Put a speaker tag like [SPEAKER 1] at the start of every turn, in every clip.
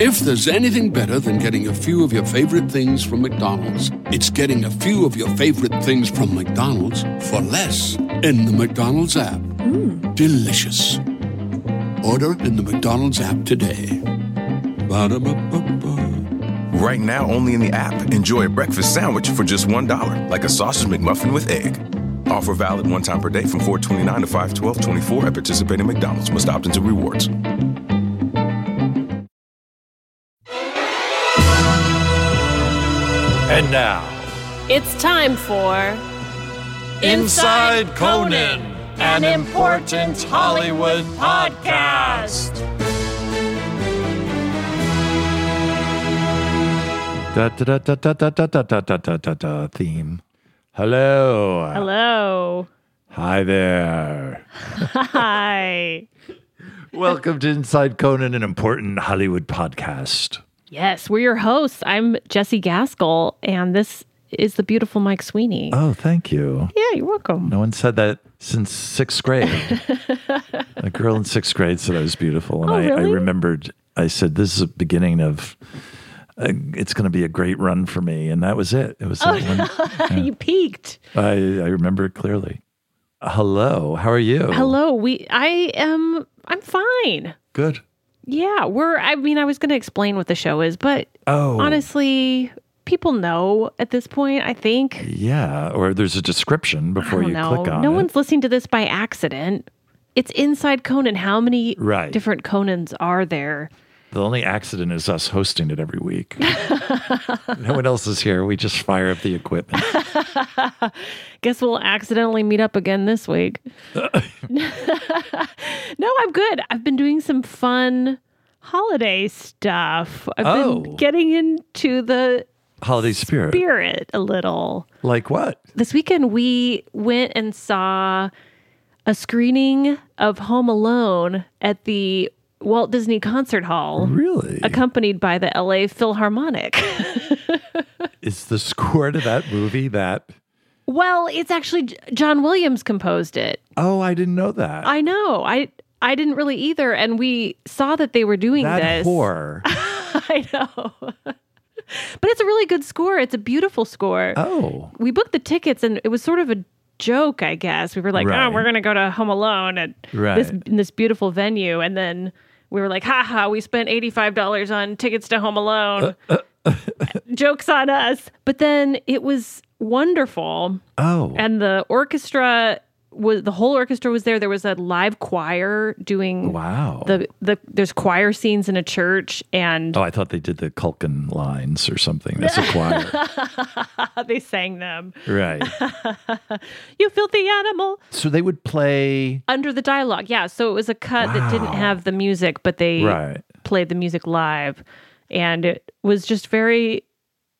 [SPEAKER 1] If there's anything better than getting a few of your favorite things from McDonald's, it's getting a few of your favorite things from McDonald's for less in the McDonald's app. Delicious. Order in the McDonald's app today. Ba-da-ba-ba-ba.
[SPEAKER 2] Right now, only in the app. Enjoy a breakfast sandwich for just $1, like a sausage McMuffin with egg. Offer valid one time per day from 429 to 51224 at participating McDonald's. Must opt into rewards.
[SPEAKER 3] And now,
[SPEAKER 4] It's time for
[SPEAKER 3] Inside Conan, an important Hollywood podcast.
[SPEAKER 5] da da da da da da da da da da da da theme. Hello.
[SPEAKER 4] Hello.
[SPEAKER 5] Hi there.
[SPEAKER 4] Hi.
[SPEAKER 5] Welcome to Inside Conan, an important Hollywood podcast.
[SPEAKER 4] Yes, we're your hosts. I'm Jesse Gaskell, and this is the beautiful Mike Sweeney.
[SPEAKER 5] Oh, thank you.
[SPEAKER 4] yeah, you're welcome.
[SPEAKER 5] No one said that since sixth grade. a girl in sixth grade said I was beautiful. And
[SPEAKER 4] Oh,
[SPEAKER 5] I, I
[SPEAKER 4] really?
[SPEAKER 5] remembered, I said, this is the beginning of, uh, it's going to be a great run for me. And that was it. It was that one.
[SPEAKER 4] you peaked.
[SPEAKER 5] I, I remember it clearly. Hello. How are you?
[SPEAKER 4] Hello. We. I am. I'm fine.
[SPEAKER 5] Good.
[SPEAKER 4] Yeah, we're. I mean, I was going to explain what the show is, but
[SPEAKER 5] Oh.
[SPEAKER 4] honestly, people know at this point. I think.
[SPEAKER 5] Yeah, or there's a description
[SPEAKER 4] I
[SPEAKER 5] before
[SPEAKER 4] don't
[SPEAKER 5] you
[SPEAKER 4] know.
[SPEAKER 5] click on
[SPEAKER 4] no
[SPEAKER 5] it.
[SPEAKER 4] one's listening to this by accident. It's inside Conan. How many
[SPEAKER 5] Right.
[SPEAKER 4] different Conans are there?
[SPEAKER 5] The only accident is us hosting it every week. no one else is here. We just fire up the equipment.
[SPEAKER 4] Guess we'll accidentally meet up again this week. no, I'm good. I've been doing some fun holiday stuff. I've
[SPEAKER 5] Oh.
[SPEAKER 4] been getting into the
[SPEAKER 5] Holiday spirit.
[SPEAKER 4] spirit a little.
[SPEAKER 5] Like what?
[SPEAKER 4] This weekend, we went and saw a screening of Home Alone at the Walt Disney Concert Hall.
[SPEAKER 5] Really?
[SPEAKER 4] Accompanied by the LA Philharmonic.
[SPEAKER 5] Is the score to that movie that?
[SPEAKER 4] well, it's actually J- John Williams composed it.
[SPEAKER 5] Oh, I didn't know that.
[SPEAKER 4] I know. I I didn't really either, and we saw that they were doing
[SPEAKER 5] that
[SPEAKER 4] this.
[SPEAKER 5] whore.
[SPEAKER 4] I know. but it's a really good score. It's a beautiful score.
[SPEAKER 5] Oh,
[SPEAKER 4] We booked the tickets, and it was sort of a joke, I guess. We were like,
[SPEAKER 5] Right.
[SPEAKER 4] "Oh, we're gonna go to Home Alone at this
[SPEAKER 5] Right.
[SPEAKER 4] in this beautiful venue," and then we were like, "Ha ha! We spent eighty five dollars on tickets to Home Alone." Jokes on us. But then it was wonderful
[SPEAKER 5] oh,
[SPEAKER 4] and the orchestra was the whole orchestra was there there was a live choir doing
[SPEAKER 5] wow.
[SPEAKER 4] the the there's choir scenes in a church and
[SPEAKER 5] oh, I thought they did the Culkin lines or something. That's a choir, Oh.
[SPEAKER 4] they sang them
[SPEAKER 5] right?
[SPEAKER 4] you filthy animal
[SPEAKER 5] So they would play.
[SPEAKER 4] under the dialogue yeah so it was a cut that didn't
[SPEAKER 5] Wow.
[SPEAKER 4] have the music but they
[SPEAKER 5] Right.
[SPEAKER 4] played the music live and it was just very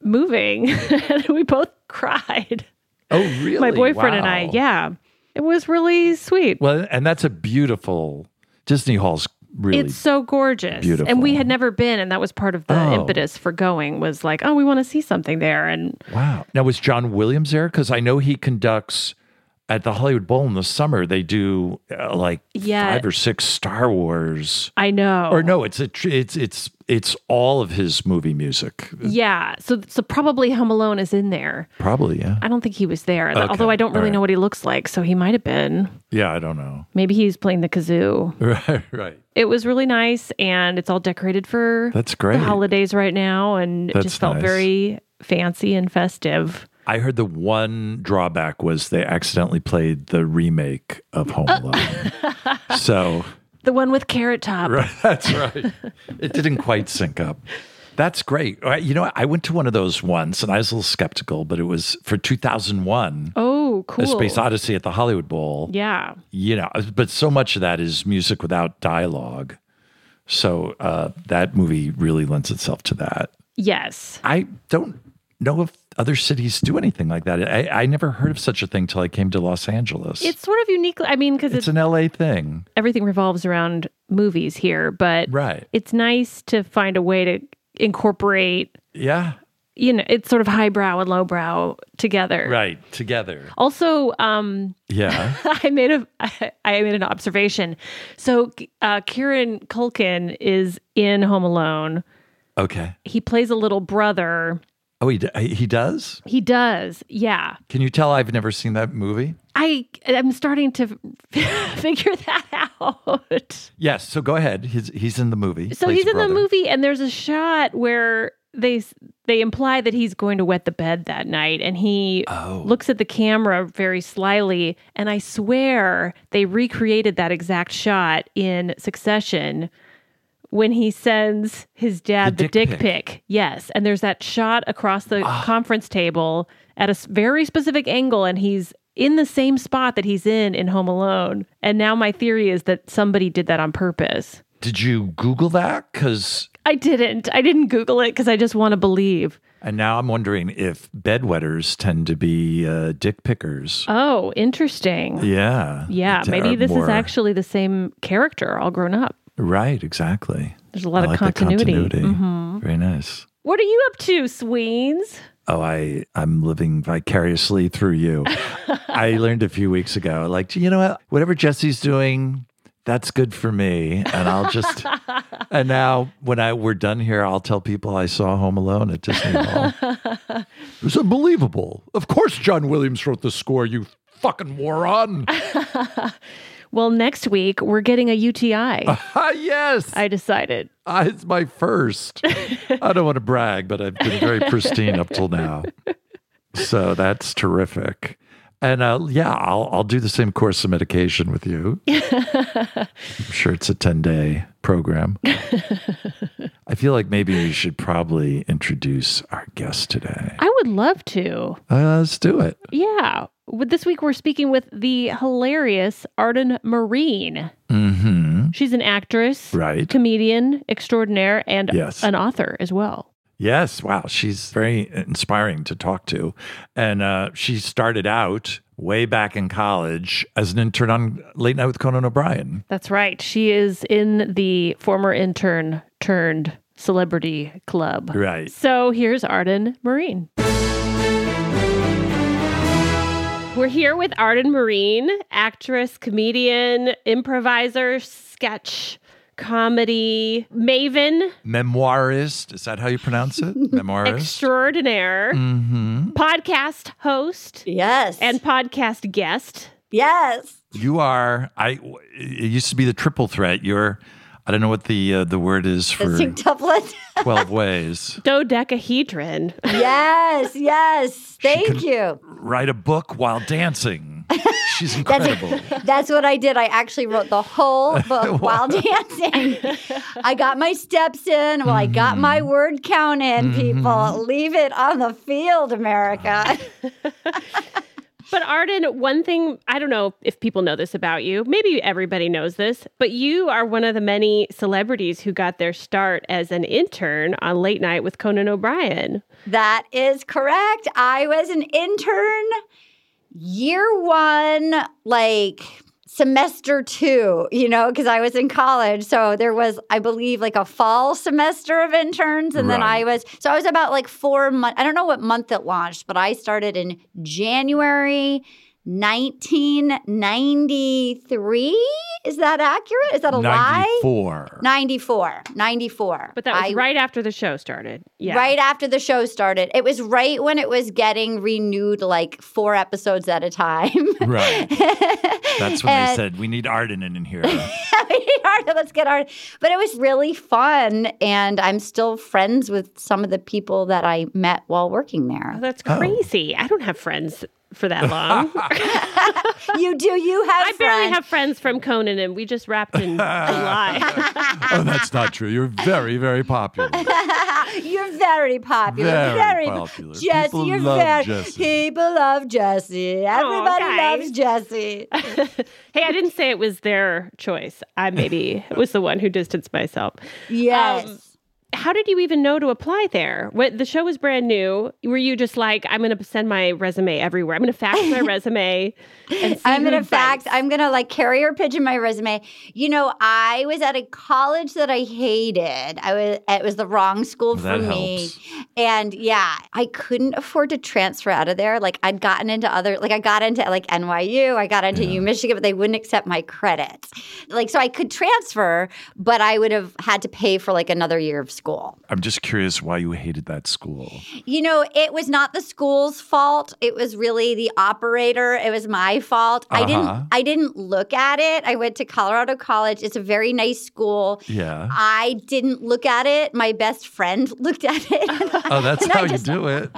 [SPEAKER 4] moving and we both cried
[SPEAKER 5] Oh, really?
[SPEAKER 4] my boyfriend and i
[SPEAKER 5] Wow.
[SPEAKER 4] yeah it was really sweet
[SPEAKER 5] Well, and that's a beautiful Disney Hall's really
[SPEAKER 4] It's so gorgeous.
[SPEAKER 5] beautiful.
[SPEAKER 4] And we had never been, and that was part of the
[SPEAKER 5] Oh.
[SPEAKER 4] impetus for going was like, oh, we want to see something there. And
[SPEAKER 5] Wow. Now was John Williams there? Because I know he conducts at the Hollywood Bowl in the summer. They do uh, like
[SPEAKER 4] Yeah.
[SPEAKER 5] five or six Star Wars,
[SPEAKER 4] I know.
[SPEAKER 5] or no, it's a tr- it's it's it's all of his movie music.
[SPEAKER 4] Yeah. So so probably Home Alone is in there.
[SPEAKER 5] Probably, yeah.
[SPEAKER 4] I don't think he was there.
[SPEAKER 5] Okay.
[SPEAKER 4] Although I don't really
[SPEAKER 5] All right.
[SPEAKER 4] know what he looks like. So he might have been.
[SPEAKER 5] Yeah, I don't know.
[SPEAKER 4] Maybe he's playing the kazoo.
[SPEAKER 5] Right, right.
[SPEAKER 4] It was really nice and it's all decorated for
[SPEAKER 5] That's great.
[SPEAKER 4] the holidays right now. And it
[SPEAKER 5] That's
[SPEAKER 4] just felt
[SPEAKER 5] nice.
[SPEAKER 4] very fancy and festive.
[SPEAKER 5] I heard the one drawback was they accidentally played the remake of Home
[SPEAKER 4] Oh.
[SPEAKER 5] Alone. so
[SPEAKER 4] The one with carrot top.
[SPEAKER 5] Right, that's right. it didn't quite sync up. That's great. All right, You know, I went to one of those once, and I was a little skeptical, but it was for 2001,
[SPEAKER 4] Oh, cool.
[SPEAKER 5] A Space Odyssey at the Hollywood Bowl. uh,
[SPEAKER 4] Yeah.
[SPEAKER 5] You know, but so much of that is music without dialogue. So uh, that movie really lends itself to that.
[SPEAKER 4] Yes.
[SPEAKER 5] I don't know if other cities do anything like that. I, I never heard of such a thing till I came to Los Angeles.
[SPEAKER 4] It's sort of uniquely, I mean, because
[SPEAKER 5] it's
[SPEAKER 4] it's,
[SPEAKER 5] an LA thing.
[SPEAKER 4] everything revolves around movies here, but
[SPEAKER 5] Right.
[SPEAKER 4] it's nice to find a way to incorporate,
[SPEAKER 5] Yeah.
[SPEAKER 4] you know, it's sort of highbrow and lowbrow together.
[SPEAKER 5] Right. Together.
[SPEAKER 4] Also, um,
[SPEAKER 5] Yeah.
[SPEAKER 4] I made a I made an observation. So uh, Kieran Culkin is in Home Alone.
[SPEAKER 5] Okay.
[SPEAKER 4] He plays a little brother.
[SPEAKER 5] Oh, he, d- he does?
[SPEAKER 4] He does, yeah.
[SPEAKER 5] Can you tell I've never seen that movie?
[SPEAKER 4] I I'm starting to figure that out.
[SPEAKER 5] Yes. So go ahead. He's, he's in the movie.
[SPEAKER 4] So
[SPEAKER 5] plays
[SPEAKER 4] he's in
[SPEAKER 5] brother.
[SPEAKER 4] the movie, and there's a shot where they s- they imply that he's going to wet the bed that night, and he
[SPEAKER 5] Oh.
[SPEAKER 4] looks at the camera very slyly. And I swear they recreated that exact shot in Succession when he sends his dad
[SPEAKER 5] The
[SPEAKER 4] the,
[SPEAKER 5] dick pic.
[SPEAKER 4] dick,
[SPEAKER 5] Ah.
[SPEAKER 4] pic. Yes, and there's that shot across the conference table at a s- very specific angle, and he's. In the same spot that he's in in Home Alone. And now my theory is that somebody did that on purpose.
[SPEAKER 5] Did you Google that? Because
[SPEAKER 4] I didn't. I didn't Google it because I just want to believe.
[SPEAKER 5] and now I'm wondering if bedwetters tend to be uh, dick pickers.
[SPEAKER 4] Oh, interesting.
[SPEAKER 5] yeah.
[SPEAKER 4] Yeah,
[SPEAKER 5] They
[SPEAKER 4] maybe
[SPEAKER 5] are
[SPEAKER 4] this is
[SPEAKER 5] more-
[SPEAKER 4] actually the same character all grown up.
[SPEAKER 5] right. Exactly.
[SPEAKER 4] There's a lot
[SPEAKER 5] I
[SPEAKER 4] of
[SPEAKER 5] like that
[SPEAKER 4] continuity. Mm-hmm.
[SPEAKER 5] Very nice.
[SPEAKER 4] What are you up to, Sweens?
[SPEAKER 5] Oh, I I'm living vicariously through you. I learned a few weeks ago, like you know what, whatever Jesse's doing, that's good for me, and I'll just. and now, when I we're done here, I'll tell people I saw Home Alone at Disney Hall. it was unbelievable. Of course, John Williams wrote the score. You fucking moron.
[SPEAKER 4] Well, next week we're getting a UTI.
[SPEAKER 5] ah, yes,
[SPEAKER 4] I decided.
[SPEAKER 5] Ah, it's my first. I don't want to brag, but I've been very pristine up till now. So that's terrific. And uh, yeah, I'll I'll do the same course of medication with you. I'm sure it's a 10 day program. I feel like maybe we should probably introduce our guest today.
[SPEAKER 4] I would love to.
[SPEAKER 5] Uh, let's do it.
[SPEAKER 4] Yeah. With- This week we're speaking with the hilarious Arden Marine.
[SPEAKER 5] hmm
[SPEAKER 4] She's an actress,
[SPEAKER 5] Right.
[SPEAKER 4] comedian extraordinaire, and
[SPEAKER 5] Yes.
[SPEAKER 4] an author as well.
[SPEAKER 5] Yes. Wow. She's very inspiring to talk to. And uh, she started out way back in college as an intern on Late Night with Conan O'Brien.
[SPEAKER 4] That's right. She is in the former intern turned celebrity club.
[SPEAKER 5] Right.
[SPEAKER 4] So here's Arden Marine. We're here with Arden Marine, actress, comedian, improviser, sketch comedy maven
[SPEAKER 5] Memoirist. Is that how you pronounce it? Memoirist.
[SPEAKER 4] extraordinaire,
[SPEAKER 5] hmm
[SPEAKER 4] podcast host,
[SPEAKER 6] Yes.
[SPEAKER 4] and podcast guest.
[SPEAKER 6] yes.
[SPEAKER 5] You are. I. It used to be the triple threat. You're. I don't know what the uh, the word is
[SPEAKER 6] The
[SPEAKER 5] for
[SPEAKER 6] Singtuplet.
[SPEAKER 5] twelve ways.
[SPEAKER 4] Dodecahedron.
[SPEAKER 6] yes. Yes. Thank you.
[SPEAKER 5] Write a book while dancing. She's incredible.
[SPEAKER 6] That's what I did. I actually wrote the whole book while dancing. I got my steps in. Well, I got my word count in, people. Leave it on the field, America.
[SPEAKER 4] But Arden, one thing I don't know if people know this about you. Maybe everybody knows this, but you are one of the many celebrities who got their start as an intern on Late Night with Conan O'Brien.
[SPEAKER 6] That is correct. I was an intern year one, like semester two, you know, because I was in college. So there was, I believe, like a fall semester of interns. And then I was, so I was about like four months, I don't know what month it launched, but I started in January 1993. Is that accurate? Is that a lie?
[SPEAKER 5] Ninety-four.
[SPEAKER 6] 94. 94.
[SPEAKER 4] But that was
[SPEAKER 6] I-
[SPEAKER 4] right after the show started. Yeah.
[SPEAKER 6] Right after the show started. It was right when it was getting renewed like four episodes at a time.
[SPEAKER 5] Right. That's when they
[SPEAKER 6] And-
[SPEAKER 5] said we need Arden in here.
[SPEAKER 6] Hard- Let's get hard. But it was really fun. And I'm still friends with some of the people that I met while working
[SPEAKER 4] Oh,
[SPEAKER 6] there.
[SPEAKER 4] that's crazy. I don't have friends for that long.
[SPEAKER 6] you do, you have
[SPEAKER 4] I barely
[SPEAKER 6] friends.
[SPEAKER 4] have friends from Conan and we just wrapped in July.
[SPEAKER 5] oh, that's not true. You're very, very popular.
[SPEAKER 6] You're very popular.
[SPEAKER 5] Very
[SPEAKER 6] Very,
[SPEAKER 5] popular.
[SPEAKER 6] Jesse,
[SPEAKER 5] People
[SPEAKER 6] you're
[SPEAKER 5] love
[SPEAKER 6] very.
[SPEAKER 5] Jesse. Oh,
[SPEAKER 6] People love Jesse. Everybody
[SPEAKER 4] guys.
[SPEAKER 6] loves Jesse.
[SPEAKER 5] Um,
[SPEAKER 4] Hey, I didn't say it was their choice. I maybe was the one who distanced myself.
[SPEAKER 6] Yes.
[SPEAKER 4] How did you even know to apply there? What the show was brand new. Were you just like, I'm going to send my resume everywhere. I'm going to fax my resume. And see
[SPEAKER 6] I'm
[SPEAKER 4] who
[SPEAKER 6] gonna fax.
[SPEAKER 4] bites."
[SPEAKER 6] I'm gonna like carrier pigeon my resume. You know, I was at a college that I hated. I was it was the wrong school for
[SPEAKER 5] That
[SPEAKER 6] me,
[SPEAKER 5] helps.
[SPEAKER 6] and yeah, I couldn't afford to transfer out of there. Like I'd gotten into other, like I got into like NYU, I got into U Michigan, but they wouldn't accept my credits. Like so, I could transfer, but I would have had to pay for like another year of school.
[SPEAKER 5] I'm just curious why you hated that school.
[SPEAKER 6] You know, it was not the school's fault. It was really the operator. It was my fault. I
[SPEAKER 5] Uh-huh.
[SPEAKER 6] didn't I didn't look at it. I went to Colorado College. It's a very nice school.
[SPEAKER 5] Yeah.
[SPEAKER 6] I didn't look at it. My best friend looked at it.
[SPEAKER 5] Oh, that's
[SPEAKER 6] And I
[SPEAKER 5] how you
[SPEAKER 6] just-
[SPEAKER 5] do it.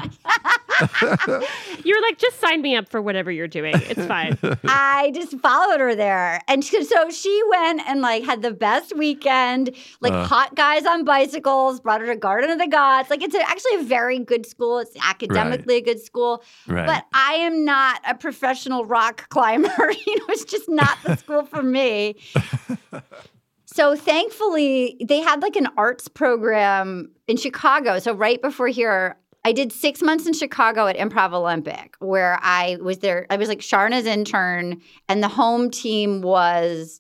[SPEAKER 4] You're like, just sign me up for whatever you're doing. It's fine.
[SPEAKER 6] I just followed her there. And she- so she went and like had the best weekend, like
[SPEAKER 5] Uh.
[SPEAKER 6] hot guys on bicycles, brought her to Garden of the Gods. Like it's a- actually a very good school. It's academically a good school.
[SPEAKER 5] Right.
[SPEAKER 6] But I am not a professional rock climber. you know, it's just not the school for me. So thankfully, they had like an arts program in Chicago. So right before here, I did six months in Chicago at Improv Olympic, where I was there. I was like Sharna's intern, and the home team was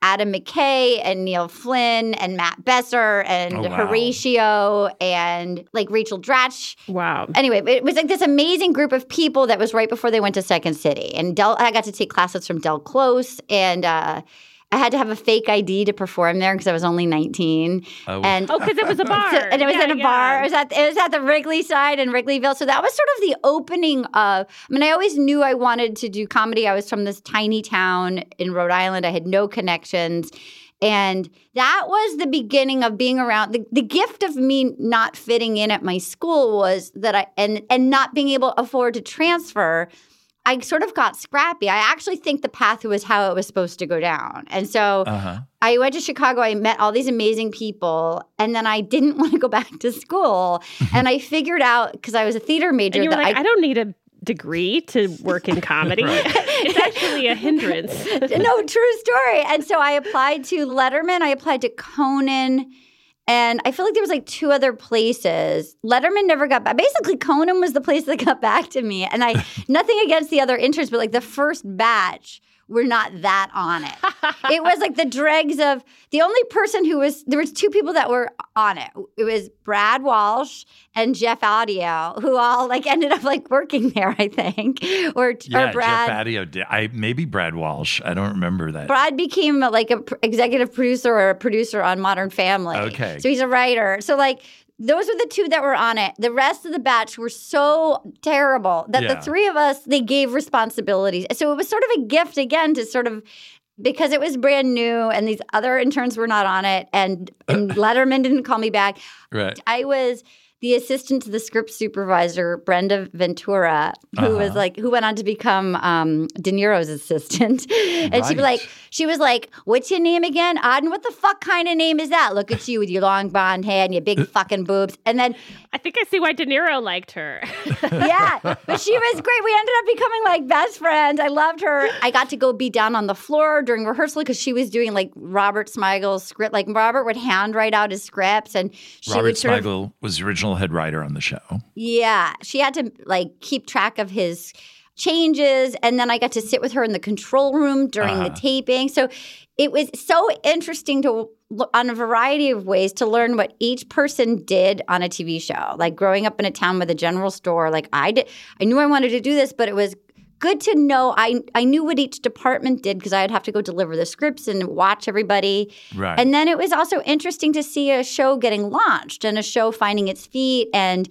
[SPEAKER 6] Adam McKay and Neil Flynn and Matt Besser and
[SPEAKER 5] Oh, wow.
[SPEAKER 6] Horatio and like Rachel Dratch
[SPEAKER 4] Wow.
[SPEAKER 6] anyway, it was like this amazing group of people that was right before they went to Second City. And Del, I got to take classes from Del Close, and uh, I had to have a fake ID to perform there because I was only 19.
[SPEAKER 5] Oh.
[SPEAKER 6] And
[SPEAKER 4] Oh, because it was a bar.
[SPEAKER 6] so- and it was
[SPEAKER 4] Yeah,
[SPEAKER 6] at a
[SPEAKER 4] yeah.
[SPEAKER 6] bar. It was at, it was at the Wrigley side in Wrigleyville. So that was sort of the opening of. I mean, I always knew I wanted to do comedy. I was from this tiny town in Rhode Island. I had no connections. And that was the beginning of being around. The, the gift of me not fitting in at my school was that I, and, and not being able to afford to transfer, I sort of got scrappy. I actually think the path was how it was supposed to go down. And so
[SPEAKER 5] Uh-huh.
[SPEAKER 6] I went to Chicago. I met all these amazing people, and then I didn't want to go back to school. and I figured out because I was a theater major
[SPEAKER 4] Mm-hmm. And you were
[SPEAKER 6] that
[SPEAKER 4] like, I,
[SPEAKER 6] I.
[SPEAKER 4] don't need a degree to work in comedy. it's actually a hindrance.
[SPEAKER 6] no, true story. And so I applied to Letterman. I applied to Conan. And I feel like there was like two other places. Letterman never got back. Basically, Conan was the place that got back to me. And I nothing against the other interns, but like the first batch were not that on it. it was like the dregs of the only person who was there was two people that were on it. It was Brad Walsh and Jeff Audio, who all like ended up like working there, I think. Or,
[SPEAKER 5] Yeah,
[SPEAKER 6] or Brad.
[SPEAKER 5] Jeff Adio did. I maybe Brad Walsh. I don't remember that.
[SPEAKER 6] Brad became a, like a pr- executive producer or a producer on Modern Family.
[SPEAKER 5] Okay.
[SPEAKER 6] So he's a writer. So like those were the two that were on it. The rest of the batch were so terrible that
[SPEAKER 5] Yeah.
[SPEAKER 6] the three of us they gave responsibilities. So it was sort of a gift again to sort of because it was brand new and these other interns were not on it and, and Letterman didn't call me back.
[SPEAKER 5] right.
[SPEAKER 6] I was the assistant to the script supervisor, Brenda Ventura, who
[SPEAKER 5] Uh-huh.
[SPEAKER 6] was like who went on to become um, De Niro's assistant, and she'd be
[SPEAKER 5] Right.
[SPEAKER 6] like, she was like, "What's your name again, Auden? What the fuck kind of name is that? Look at you with your long blonde hair and your
[SPEAKER 5] Uh.
[SPEAKER 6] big fucking boobs." And then,
[SPEAKER 4] I think I see why De Niro liked her.
[SPEAKER 6] yeah, but she was great. We ended up becoming like best friends. I loved her. I got to go be down on the floor during rehearsal because she was doing like Robert Smigel's script. Like Robert would handwrite out his scripts, and she
[SPEAKER 5] Robert
[SPEAKER 6] would sort of
[SPEAKER 5] Smigel was the original head writer on the show.
[SPEAKER 6] Yeah, she had to like keep track of his changes and then I got to sit with her in the control room during the taping. So it was so interesting to l- on a variety of ways to learn what each person did on a TV show. Like growing up in a town with a general store, like I did I knew I wanted to do this, but it was good to know I I knew what each department did because I'd have to go deliver the scripts and watch everybody.
[SPEAKER 5] Right.
[SPEAKER 6] And then it was also interesting to see a show getting launched and a show finding its feet and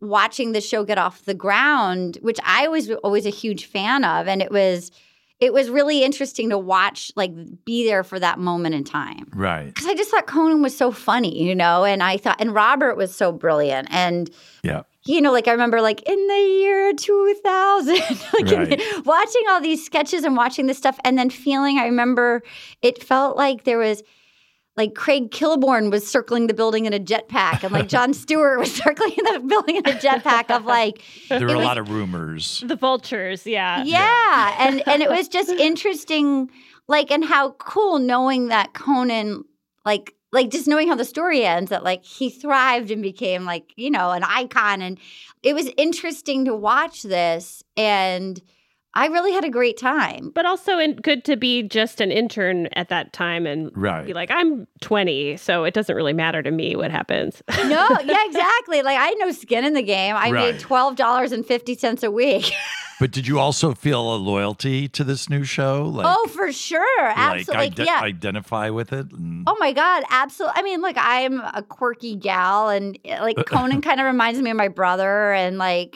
[SPEAKER 6] watching the show get off the ground, which I was always a huge fan of. And it was it was really interesting to watch, like be there for that moment in time.
[SPEAKER 5] Right.
[SPEAKER 6] Because I just thought Conan was so funny, you know, and I thought and Robert was so brilliant. And
[SPEAKER 5] Yeah.
[SPEAKER 6] you know, like I remember, like in the year 2000, like in-
[SPEAKER 5] Right.
[SPEAKER 6] watching all these sketches and watching this stuff, and then feeling, I remember it felt like there was like Craig Kilborn was circling the building in a jetpack, and like John Stewart was circling the building in a jetpack of like
[SPEAKER 5] There were
[SPEAKER 6] it
[SPEAKER 5] a
[SPEAKER 6] was-
[SPEAKER 5] lot of rumors.
[SPEAKER 4] The vultures, yeah.
[SPEAKER 6] yeah and and it was just interesting like and how cool knowing that conan like like just knowing how the story ends that like he thrived and became like you know an icon and it was interesting to watch this and i really had a great time
[SPEAKER 4] But also in, good to be just an intern at that time and
[SPEAKER 5] Right.
[SPEAKER 4] be like, I'm 20, so it doesn't really matter to me what happens.
[SPEAKER 6] no yeah exactly like i had no skin in the game i
[SPEAKER 5] Right.
[SPEAKER 6] made $12.50 a week
[SPEAKER 5] But did you also feel a loyalty to this new show? Like,
[SPEAKER 6] oh for sure
[SPEAKER 5] like
[SPEAKER 6] absolutely
[SPEAKER 5] ide-
[SPEAKER 6] yeah
[SPEAKER 5] identify with it? And-
[SPEAKER 6] Oh my God, absolutely. I mean, look, I'm a quirky gal, and uh, like Conan kind of reminds me of my brother, and like,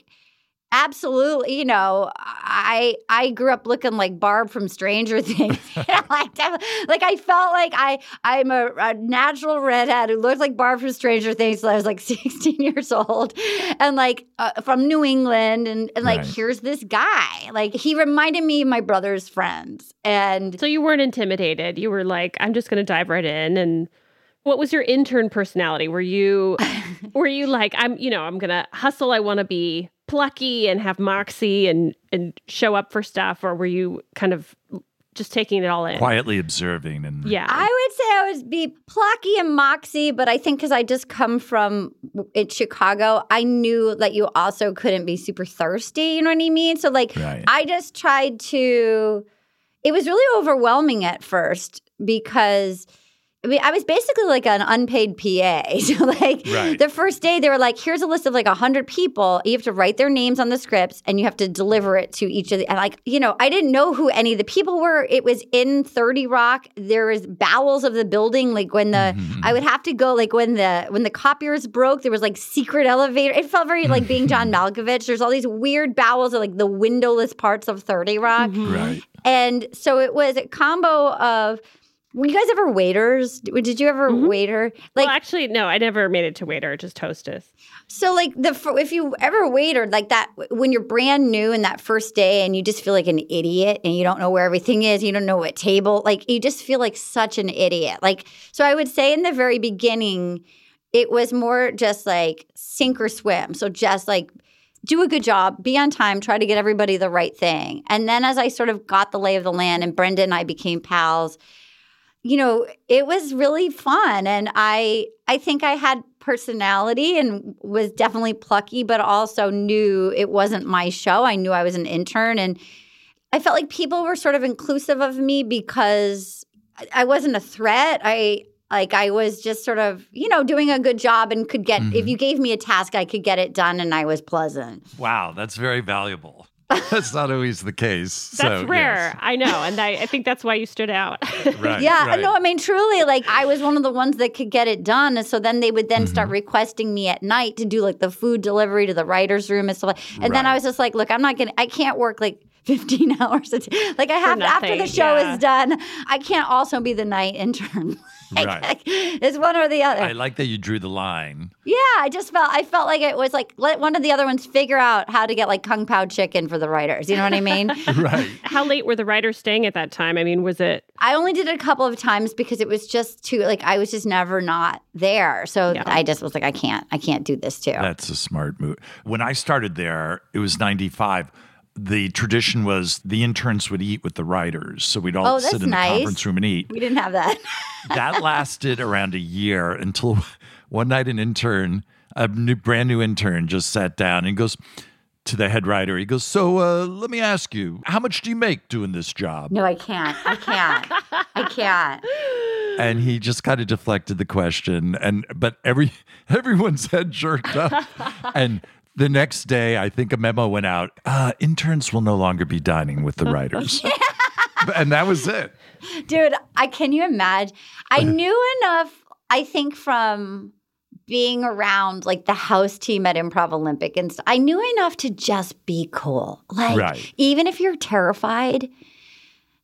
[SPEAKER 6] absolutely, you know, I I grew up looking like Barb from Stranger Things. You know, like, def- like I felt like I I'm a, a natural redhead who looked like Barb from Stranger Things till I was like 16 years old, and like uh, from New England, and, and like
[SPEAKER 5] Right.
[SPEAKER 6] here's this guy, like he reminded me of my brother's friends, and
[SPEAKER 4] so you weren't intimidated. You were like, I'm just going to dive right in. And what was your intern personality? Were you, were you like, I'm, you know, I'm going to hustle. I want to be plucky and have moxie and, and show up for stuff. Or were you kind of just taking it all in?
[SPEAKER 5] Quietly observing and
[SPEAKER 4] Yeah.
[SPEAKER 6] I would say I would be plucky and moxie, but I think because I just come from in Chicago, I knew that you also couldn't be super thirsty. You know what I mean? So like,
[SPEAKER 5] Right.
[SPEAKER 6] I just tried to. It was really overwhelming at first because. I mean, I was basically like an unpaid PA. So, like,
[SPEAKER 5] Right.
[SPEAKER 6] the first day, they were like, here's a list of like 100 people. You have to write their names on the scripts and you have to deliver it to each of the. And, like, you know, I didn't know who any of the people were. It was in 30 Rock. There is bowels of the building. Like, when
[SPEAKER 5] Mm-hmm.
[SPEAKER 6] the, uh, I would have to go, like, when the, when the copiers broke, there was like secret elevator. It felt very like being John Malkovich. There's all these weird bowels of like the windowless parts of 30 Rock.
[SPEAKER 5] right.
[SPEAKER 6] And so it was a combo of were you guys ever waiters? Did did you ever waiter? Like
[SPEAKER 4] well, actually, no, I never made it to waiter, just hostess.
[SPEAKER 6] so like the fir- if you ever waitered like that when you're brand new in that first day and you just feel like an idiot and you don't know where everything is, you don't know what table, like you just feel like such an idiot. Like so I would say in the very beginning it was more just like sink or swim. So just like do a good job, be on time, try to get everybody the right thing. And then as I sort of got the lay of the land and Brenda and I became pals, you know, it was really fun and I I think I had personality and was definitely plucky but also knew it wasn't my show. I knew I was an intern and I felt like people were sort of inclusive of me because I- I wasn't a threat. I like I was just sort of, you know, doing a good job and could get if you gave me a task, I could get it done and I was pleasant.
[SPEAKER 5] Wow, that's very valuable. that's not always the case.
[SPEAKER 4] That's
[SPEAKER 5] so,
[SPEAKER 4] rare. I know. And I, I think that's why you stood out.
[SPEAKER 5] yes. Right,
[SPEAKER 6] yeah,
[SPEAKER 5] right.
[SPEAKER 6] no, I mean truly, like I was one of the ones that could get it done, and so then they would then
[SPEAKER 5] Mm-hmm.
[SPEAKER 6] start requesting me at night to do like the food delivery to the writers' room and stuff. Like, and then I
[SPEAKER 5] Right.
[SPEAKER 6] was just like, look, I'm not gonna, I can't work like 15 hours a day. Like I have to, after the
[SPEAKER 4] nothing,
[SPEAKER 6] show
[SPEAKER 4] yeah.
[SPEAKER 6] is done, I can't also be the night intern. like,
[SPEAKER 5] Right.
[SPEAKER 6] like, it's one or the other.
[SPEAKER 5] I like that you drew the line.
[SPEAKER 6] yeah, I just felt I felt like it was like let one of the other ones figure out how to get like kung pao chicken for the writers. You know what I mean?
[SPEAKER 5] Right.
[SPEAKER 4] How late were the writers staying at that time? I mean, was it
[SPEAKER 6] I only did it a couple of times because it was just too like I was just never not there. So
[SPEAKER 4] Yeah.
[SPEAKER 6] I just was like, I can't, I can't do this too.
[SPEAKER 5] That's a smart move. When I started there, it was 95. The tradition was the interns would eat with the writers. So we'd all
[SPEAKER 6] Oh,
[SPEAKER 5] sit
[SPEAKER 6] that's
[SPEAKER 5] in the
[SPEAKER 6] nice.
[SPEAKER 5] conference room and eat.
[SPEAKER 6] we didn't have that.
[SPEAKER 5] that lasted around a year until one night an intern, a new, brand new intern, just sat down and goes to the head writer. He goes, "So uh, let me ask you, how much do you make doing this job?"
[SPEAKER 6] no, I can't. I can't. I can't.
[SPEAKER 5] And he just kind of deflected the question, and but every everyone's head jerked up, and. The next day, I think a memo went out. Uh, interns will no longer be dining with the writers, and that was it.
[SPEAKER 6] Dude, I can you imagine? I knew enough, I think, from being around like the house team at Improv Olympic and st- I knew enough to just be cool. Like
[SPEAKER 5] Right.
[SPEAKER 6] even if you're terrified,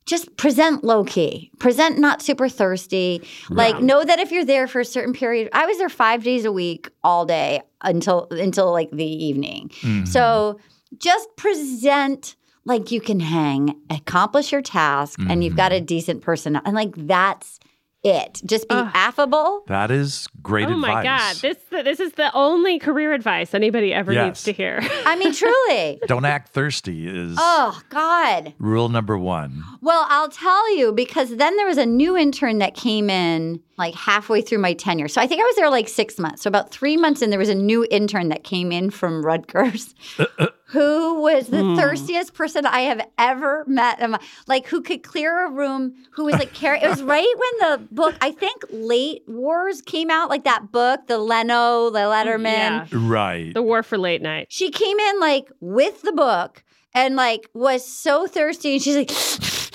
[SPEAKER 6] just present low key. Present not super thirsty. Like know that if you're there for a certain period, I was there 5 days a week all day until until like the evening. So just present like you can hang, accomplish your task, and you've got a decent person. And like that's it. Just be
[SPEAKER 4] Ugh.
[SPEAKER 6] affable.
[SPEAKER 5] That is great
[SPEAKER 4] oh
[SPEAKER 5] advice.
[SPEAKER 4] my god, this this is the only career advice anybody ever
[SPEAKER 5] Yes.
[SPEAKER 4] needs to hear.
[SPEAKER 6] I mean, truly.
[SPEAKER 5] Don't act thirsty is
[SPEAKER 6] oh, God.
[SPEAKER 5] rule number one.
[SPEAKER 6] Well, I'll tell you because then there was a new intern that came in like halfway through my tenure. So I think I was there like six months. So about three months in, there was a new intern that came in from Rutgers who was the thirstiest person I have ever met. in my- Like who could clear a room, who was like carry. It was right when the book, I think Late Wars came out, like that book, the Leno, the Letterman.
[SPEAKER 4] Yeah.
[SPEAKER 5] Right.
[SPEAKER 4] The war for late night.
[SPEAKER 6] She came in like with the book and like was so thirsty and she's like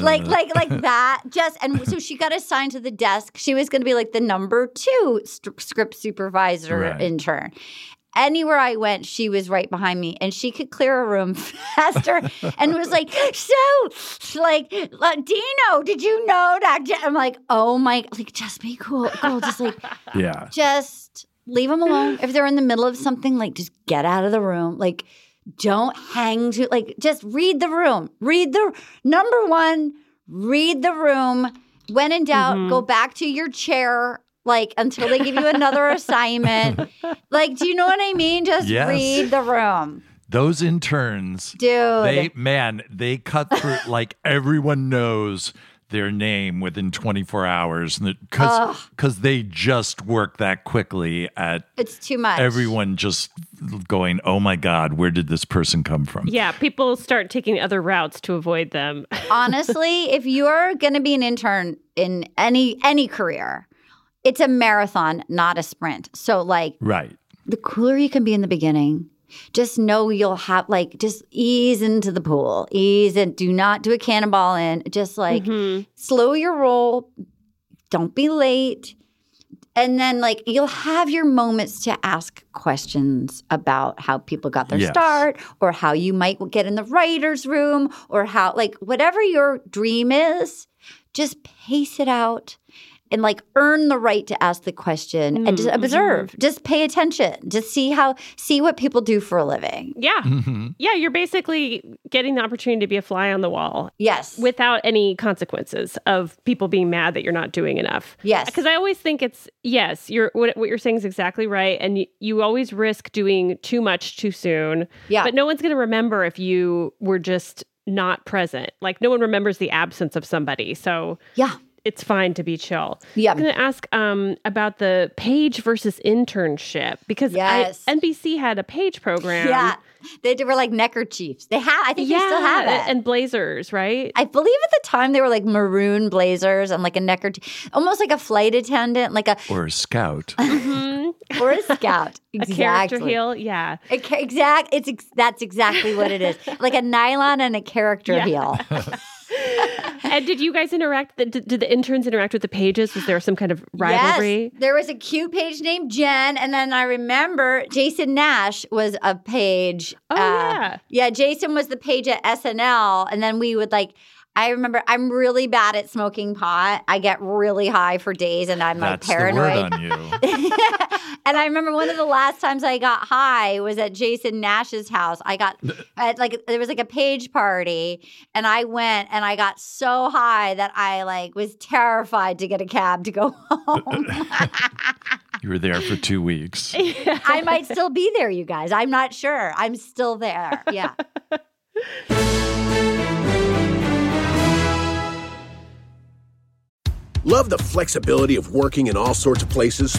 [SPEAKER 6] like like like that just and so she got assigned to the desk she was going to be like the number two st- script supervisor
[SPEAKER 5] Right.
[SPEAKER 6] intern anywhere i went she was right behind me and she could clear a room faster and was like so like uh, dino did you know that j-" i'm like oh my like just be cool girl just like
[SPEAKER 5] yeah.
[SPEAKER 6] just leave them alone. If they're in the middle of something, like just get out of the room. Like don't hang to like just read the room. Read the number one, read the room. When in doubt, go
[SPEAKER 5] Mm-hmm.
[SPEAKER 6] back to your chair. Like until they give you another assignment. Like, do you know what I mean? Just
[SPEAKER 5] Yes.
[SPEAKER 6] read the room.
[SPEAKER 5] Those interns,
[SPEAKER 6] Dude.
[SPEAKER 5] they man, they cut through like everyone knows their name within 24 hours because because they just work that quickly at
[SPEAKER 6] it's too much.
[SPEAKER 5] everyone just going oh my god where did this person come from
[SPEAKER 4] Yeah, people start taking other routes to avoid them.
[SPEAKER 6] honestly, if you're going to be an intern in any any career, it's a marathon, not a sprint. So like
[SPEAKER 5] right
[SPEAKER 6] the cooler you can be in the beginning, just know you'll have like just ease into the pool, ease and do not do a cannonball in. Just like
[SPEAKER 4] Mm-hmm.
[SPEAKER 6] slow your roll, don't be late. And then, like, you'll have your moments to ask questions about how people got their
[SPEAKER 5] Yes.
[SPEAKER 6] start or how you might get in the writer's room or how, like, whatever your dream is, just pace it out and, like, earn the right to ask the question and just
[SPEAKER 4] Mm-hmm.
[SPEAKER 6] observe. Just pay attention. Just see how, see what people do for a living.
[SPEAKER 4] Yeah.
[SPEAKER 5] Mm-hmm.
[SPEAKER 4] Yeah, you're basically getting the opportunity to be a fly on the wall
[SPEAKER 6] Yes.
[SPEAKER 4] without any consequences of people being mad that you're not doing enough.
[SPEAKER 6] yes.
[SPEAKER 4] Because Uh, I always think it's yes, you're what, what you're saying is exactly right, and you, you always risk doing too much too soon.
[SPEAKER 6] Yeah.
[SPEAKER 4] But no one's going to remember if you were just not present. Like no one remembers the absence of somebody, so
[SPEAKER 6] yeah.
[SPEAKER 4] it's fine to be chill.
[SPEAKER 6] Yeah.
[SPEAKER 4] I'm going to ask um, about the page versus internship because
[SPEAKER 6] Yes.
[SPEAKER 4] I, NBC had a page program.
[SPEAKER 6] Yeah. They were like neckerchiefs. They have, I think
[SPEAKER 4] yeah,
[SPEAKER 6] they still have it.
[SPEAKER 4] and blazers, right?
[SPEAKER 6] I believe at the time they were like maroon blazers and like a necker, almost like a flight attendant, like a
[SPEAKER 5] or a scout
[SPEAKER 6] or a scout.
[SPEAKER 4] A
[SPEAKER 6] exactly.
[SPEAKER 4] Mm-hmm. character heel, yeah.
[SPEAKER 6] A cha- exact. It's ex- that's exactly what it is. Like a nylon and a character
[SPEAKER 4] Yeah.
[SPEAKER 6] heel.
[SPEAKER 4] and did you guys interact? Did, did the interns interact with the pages? Was there some kind of rivalry?
[SPEAKER 6] Yes, there was a cute page named Jen, and then I remember Jason Nash was a page. uh,
[SPEAKER 4] Oh, yeah.
[SPEAKER 6] yeah. Jason was the page at SNL, and then we would like. I remember I'm really bad at smoking pot. I get really high for days, and I'm
[SPEAKER 5] that's
[SPEAKER 6] like
[SPEAKER 5] the
[SPEAKER 6] paranoid.
[SPEAKER 5] word on you
[SPEAKER 6] and I remember one of the last times I got high was at Jason Nash's house. I got at like there was like a page party, and I went and I got so high that I like was terrified to get a cab to go home.
[SPEAKER 5] you were there for two weeks
[SPEAKER 6] I might still be there, you guys. I'm not sure. I'm still there. Yeah.
[SPEAKER 7] Love the flexibility of working in all sorts of places?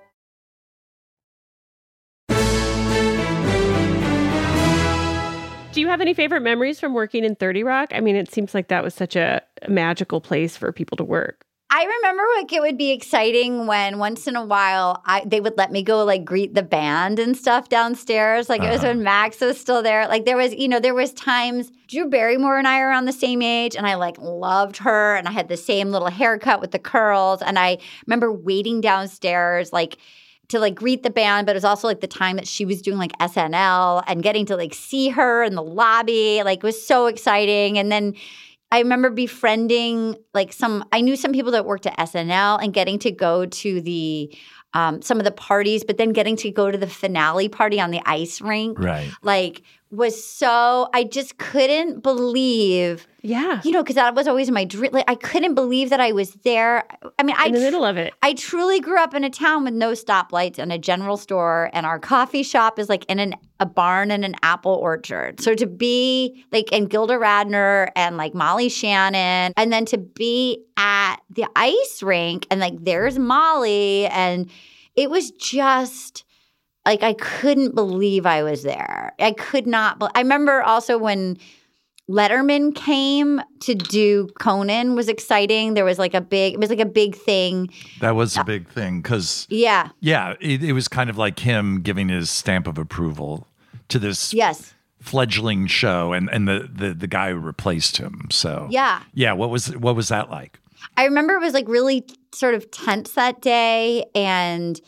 [SPEAKER 4] Do you have any favorite memories from working in 30 Rock? I mean, it seems like that was such a magical place for people to work.
[SPEAKER 6] I remember like it would be exciting when once in a while I they would let me go like greet the band and stuff downstairs. Like it was when Max was still there. Like there was, you know, there was times Drew Barrymore and I are around the same age and I like loved her and I had the same little haircut with the curls and I remember waiting downstairs like to like greet the band, but it was also like the time that she was doing like SNL and getting to like see her in the lobby, like was so exciting. And then I remember befriending like some I knew some people that worked at SNL and getting to go to the um, some of the parties, but then getting to go to the finale party on the ice rink,
[SPEAKER 5] Right.
[SPEAKER 6] like was so I just couldn't believe,
[SPEAKER 4] Yeah.
[SPEAKER 6] you know, because that was always my dream. Like I couldn't believe that I was there. I mean, I
[SPEAKER 4] In the
[SPEAKER 6] tr-
[SPEAKER 4] middle of it.
[SPEAKER 6] I truly grew up in a town with no stoplights and a general store, and our coffee shop is like in an, a barn and an apple orchard. So to be like, and Gilda Radner and like Molly Shannon, and then to be at the ice rink and like there's Molly, and it was just like I couldn't believe I was there. I could not. Be- I remember also when Letterman came to do Conan was exciting. There was like a big, it was like a big thing.
[SPEAKER 5] That was a big thing because
[SPEAKER 6] Yeah.
[SPEAKER 5] yeah, it, it was kind of like him giving his stamp of approval to this
[SPEAKER 6] Yes.
[SPEAKER 5] fledgling show and, and the, the the guy who replaced him. So
[SPEAKER 6] Yeah.
[SPEAKER 5] yeah. What was what was that like?
[SPEAKER 6] I remember it was like really sort of tense that day and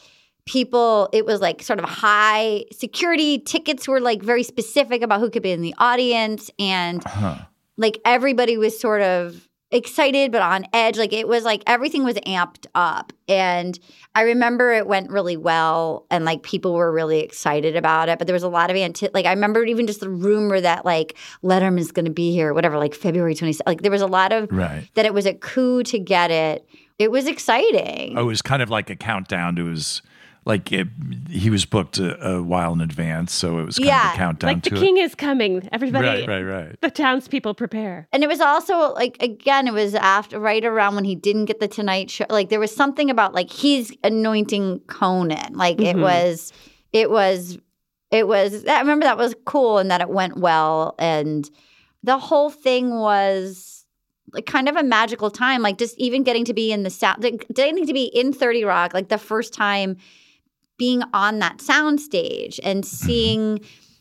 [SPEAKER 6] people it was like sort of high security tickets were like very specific about who could be in the audience and like everybody was sort of excited but on edge like it was like everything was amped up and i remember it went really well and like people were really excited about it but there was a lot of anti like i remember even just the rumor that like letterman's going to be here whatever like february 26th like there was a lot of
[SPEAKER 5] Right.
[SPEAKER 6] that it was a coup to get it it was exciting
[SPEAKER 5] Oh, it was kind of like a countdown to his. Like it, he was booked a, a while in advance, so it was kind of
[SPEAKER 6] Yeah,
[SPEAKER 5] a countdown
[SPEAKER 4] Like the
[SPEAKER 5] to
[SPEAKER 4] king is coming.
[SPEAKER 5] it.
[SPEAKER 4] Everybody,
[SPEAKER 5] Right, right, right.
[SPEAKER 4] the townspeople prepare.
[SPEAKER 6] And it was also like again, it was after right around when he didn't get the Tonight Show. Like there was something about like he's anointing Conan. Like it was, it was, it was. I remember that was cool and that it went well, and the whole thing was like kind of a magical time. Like just even getting to be in the sound, like, getting to be in Thirty Rock, like the first time being on that sound stage and
[SPEAKER 5] Mm-hmm.
[SPEAKER 6] seeing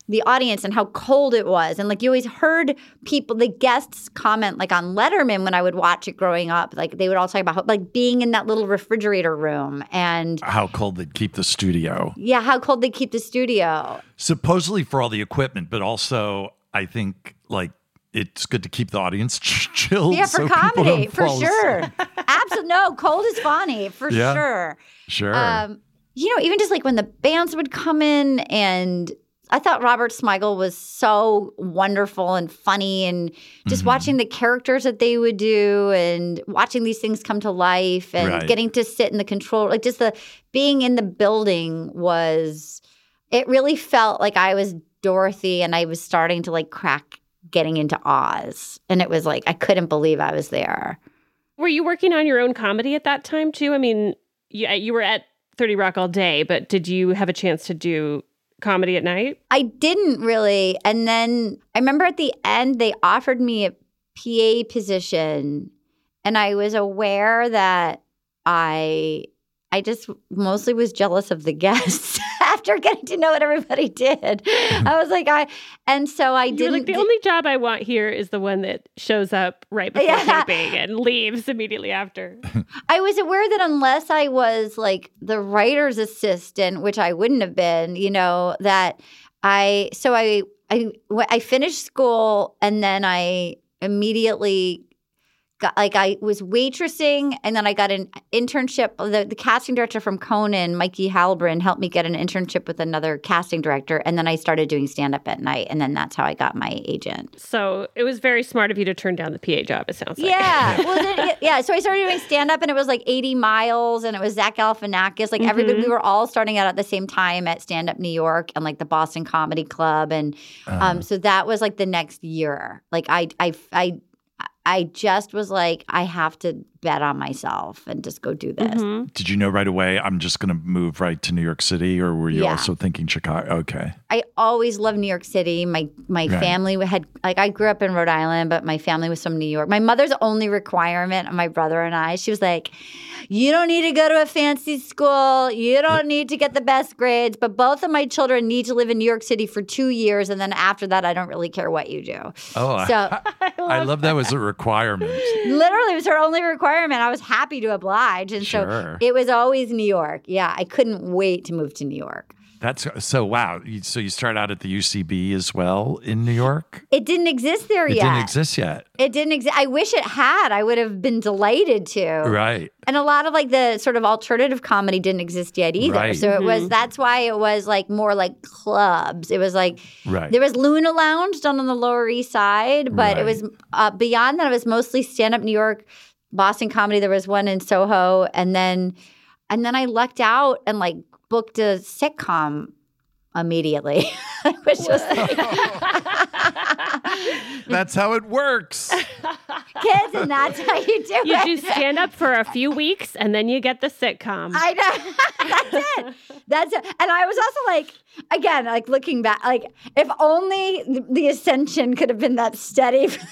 [SPEAKER 6] the audience and how cold it was. And like you always heard people, the guests comment like on Letterman when I would watch it growing up. Like they would all talk about how, like being in that little refrigerator room and
[SPEAKER 5] How cold they'd keep the studio.
[SPEAKER 6] yeah, how cold they keep the studio.
[SPEAKER 5] supposedly for all the equipment, but also I think like it's good to keep the audience ch- chilled.
[SPEAKER 6] Yeah,
[SPEAKER 5] so
[SPEAKER 6] for
[SPEAKER 5] people
[SPEAKER 6] comedy,
[SPEAKER 5] don't
[SPEAKER 6] for
[SPEAKER 5] fall
[SPEAKER 6] sure.
[SPEAKER 5] asleep.
[SPEAKER 6] Absolutely. No, cold is funny, for
[SPEAKER 5] Yeah.
[SPEAKER 6] sure.
[SPEAKER 5] Sure.
[SPEAKER 6] Um, you know, even just like when the bands would come in, and I thought Robert Smigel was so wonderful and funny, and just
[SPEAKER 5] Mm-hmm.
[SPEAKER 6] watching the characters that they would do, and watching these things come to life, and
[SPEAKER 5] Right.
[SPEAKER 6] getting to sit in the control, like just the being in the building was. It really felt like I was Dorothy, and I was starting to like crack getting into Oz, and it was like I couldn't believe I was there.
[SPEAKER 4] Were you working on your own comedy at that time too? I mean, you, uh, you were at 30 Rock all day, but did you have a chance to do comedy at night?
[SPEAKER 6] I didn't really. And then I remember at the end, they offered me a PA position. And I was aware that I I just mostly was jealous of the guests after getting to know what everybody did. I was like, I, and so I
[SPEAKER 4] You're
[SPEAKER 6] didn't.
[SPEAKER 4] like the
[SPEAKER 6] do-
[SPEAKER 4] only job I want here is the one that shows up right before
[SPEAKER 6] Yeah.
[SPEAKER 4] taping and leaves immediately after.
[SPEAKER 6] I was aware that unless I was like the writer's assistant, which I wouldn't have been, you know, that I so I I wh- I finished school and then I immediately got like I was waitressing and then I got an internship the, the casting director from Conan, Mikey Halbrin, helped me get an internship with another casting director and then I started doing stand up at night and then that's how I got my agent.
[SPEAKER 4] So it was very smart of you to turn down the PA job. It sounds like.
[SPEAKER 6] Yeah. well, then, yeah. So I started doing stand up, and it was like 80 miles, and it was Zach Galifianakis. Like everybody, we were all starting out at the same time at Stand Up New York and like the Boston Comedy Club, and um, so that was like the next year. Like I, I, I, I just was like, I have to bet on myself and just go do this.
[SPEAKER 4] Mhm.
[SPEAKER 5] Did you know right away I'm just going to move right to New York City or were you
[SPEAKER 6] Yeah.
[SPEAKER 5] also thinking Chicago? Okay.
[SPEAKER 6] I always loved New York City. My my
[SPEAKER 5] Right.
[SPEAKER 6] family had like I grew up in Rhode Island, but my family was from New York. My mother's only requirement of my brother and I, she was like, "You don't need to go to a fancy school. You don't need to get the best grades, but both of my children need to live in New York City for 2 years and then after that I don't really care what you do."
[SPEAKER 5] Oh,
[SPEAKER 6] So
[SPEAKER 5] I, I love that was a requirement.
[SPEAKER 6] literally it was her only requirement. I was happy to oblige. And
[SPEAKER 5] Sure.
[SPEAKER 6] so it was always New York. Yeah, I couldn't wait to move to New York.
[SPEAKER 5] That's so wow. You- So you start out at the UCB as well in New York?
[SPEAKER 6] It didn't exist there
[SPEAKER 5] It
[SPEAKER 6] yet.
[SPEAKER 5] didn't exist yet.
[SPEAKER 6] It didn't exist. I wish it had. I would have been delighted to.
[SPEAKER 5] Right.
[SPEAKER 6] And a lot of like the sort of alternative comedy didn't exist yet either.
[SPEAKER 5] Right.
[SPEAKER 6] So it was that's why it was like more like clubs. It was like
[SPEAKER 5] Right.
[SPEAKER 6] there was Luna Lounge down on the Lower East Side, but
[SPEAKER 5] Right.
[SPEAKER 6] it was uh, beyond that. It was mostly stand up New York, Boston comedy. There was one in Soho, and then and then I lucked out and like booked a sitcom immediately. I was just like,
[SPEAKER 5] That's how it works. Oh,
[SPEAKER 6] kids, and that's how you do
[SPEAKER 4] You
[SPEAKER 6] it.
[SPEAKER 4] do stand up for a few weeks and then you get the sitcom.
[SPEAKER 6] I know. That's it. That's it. And I was also like, again, like looking back, like if only th- the ascension could have been that steady. for-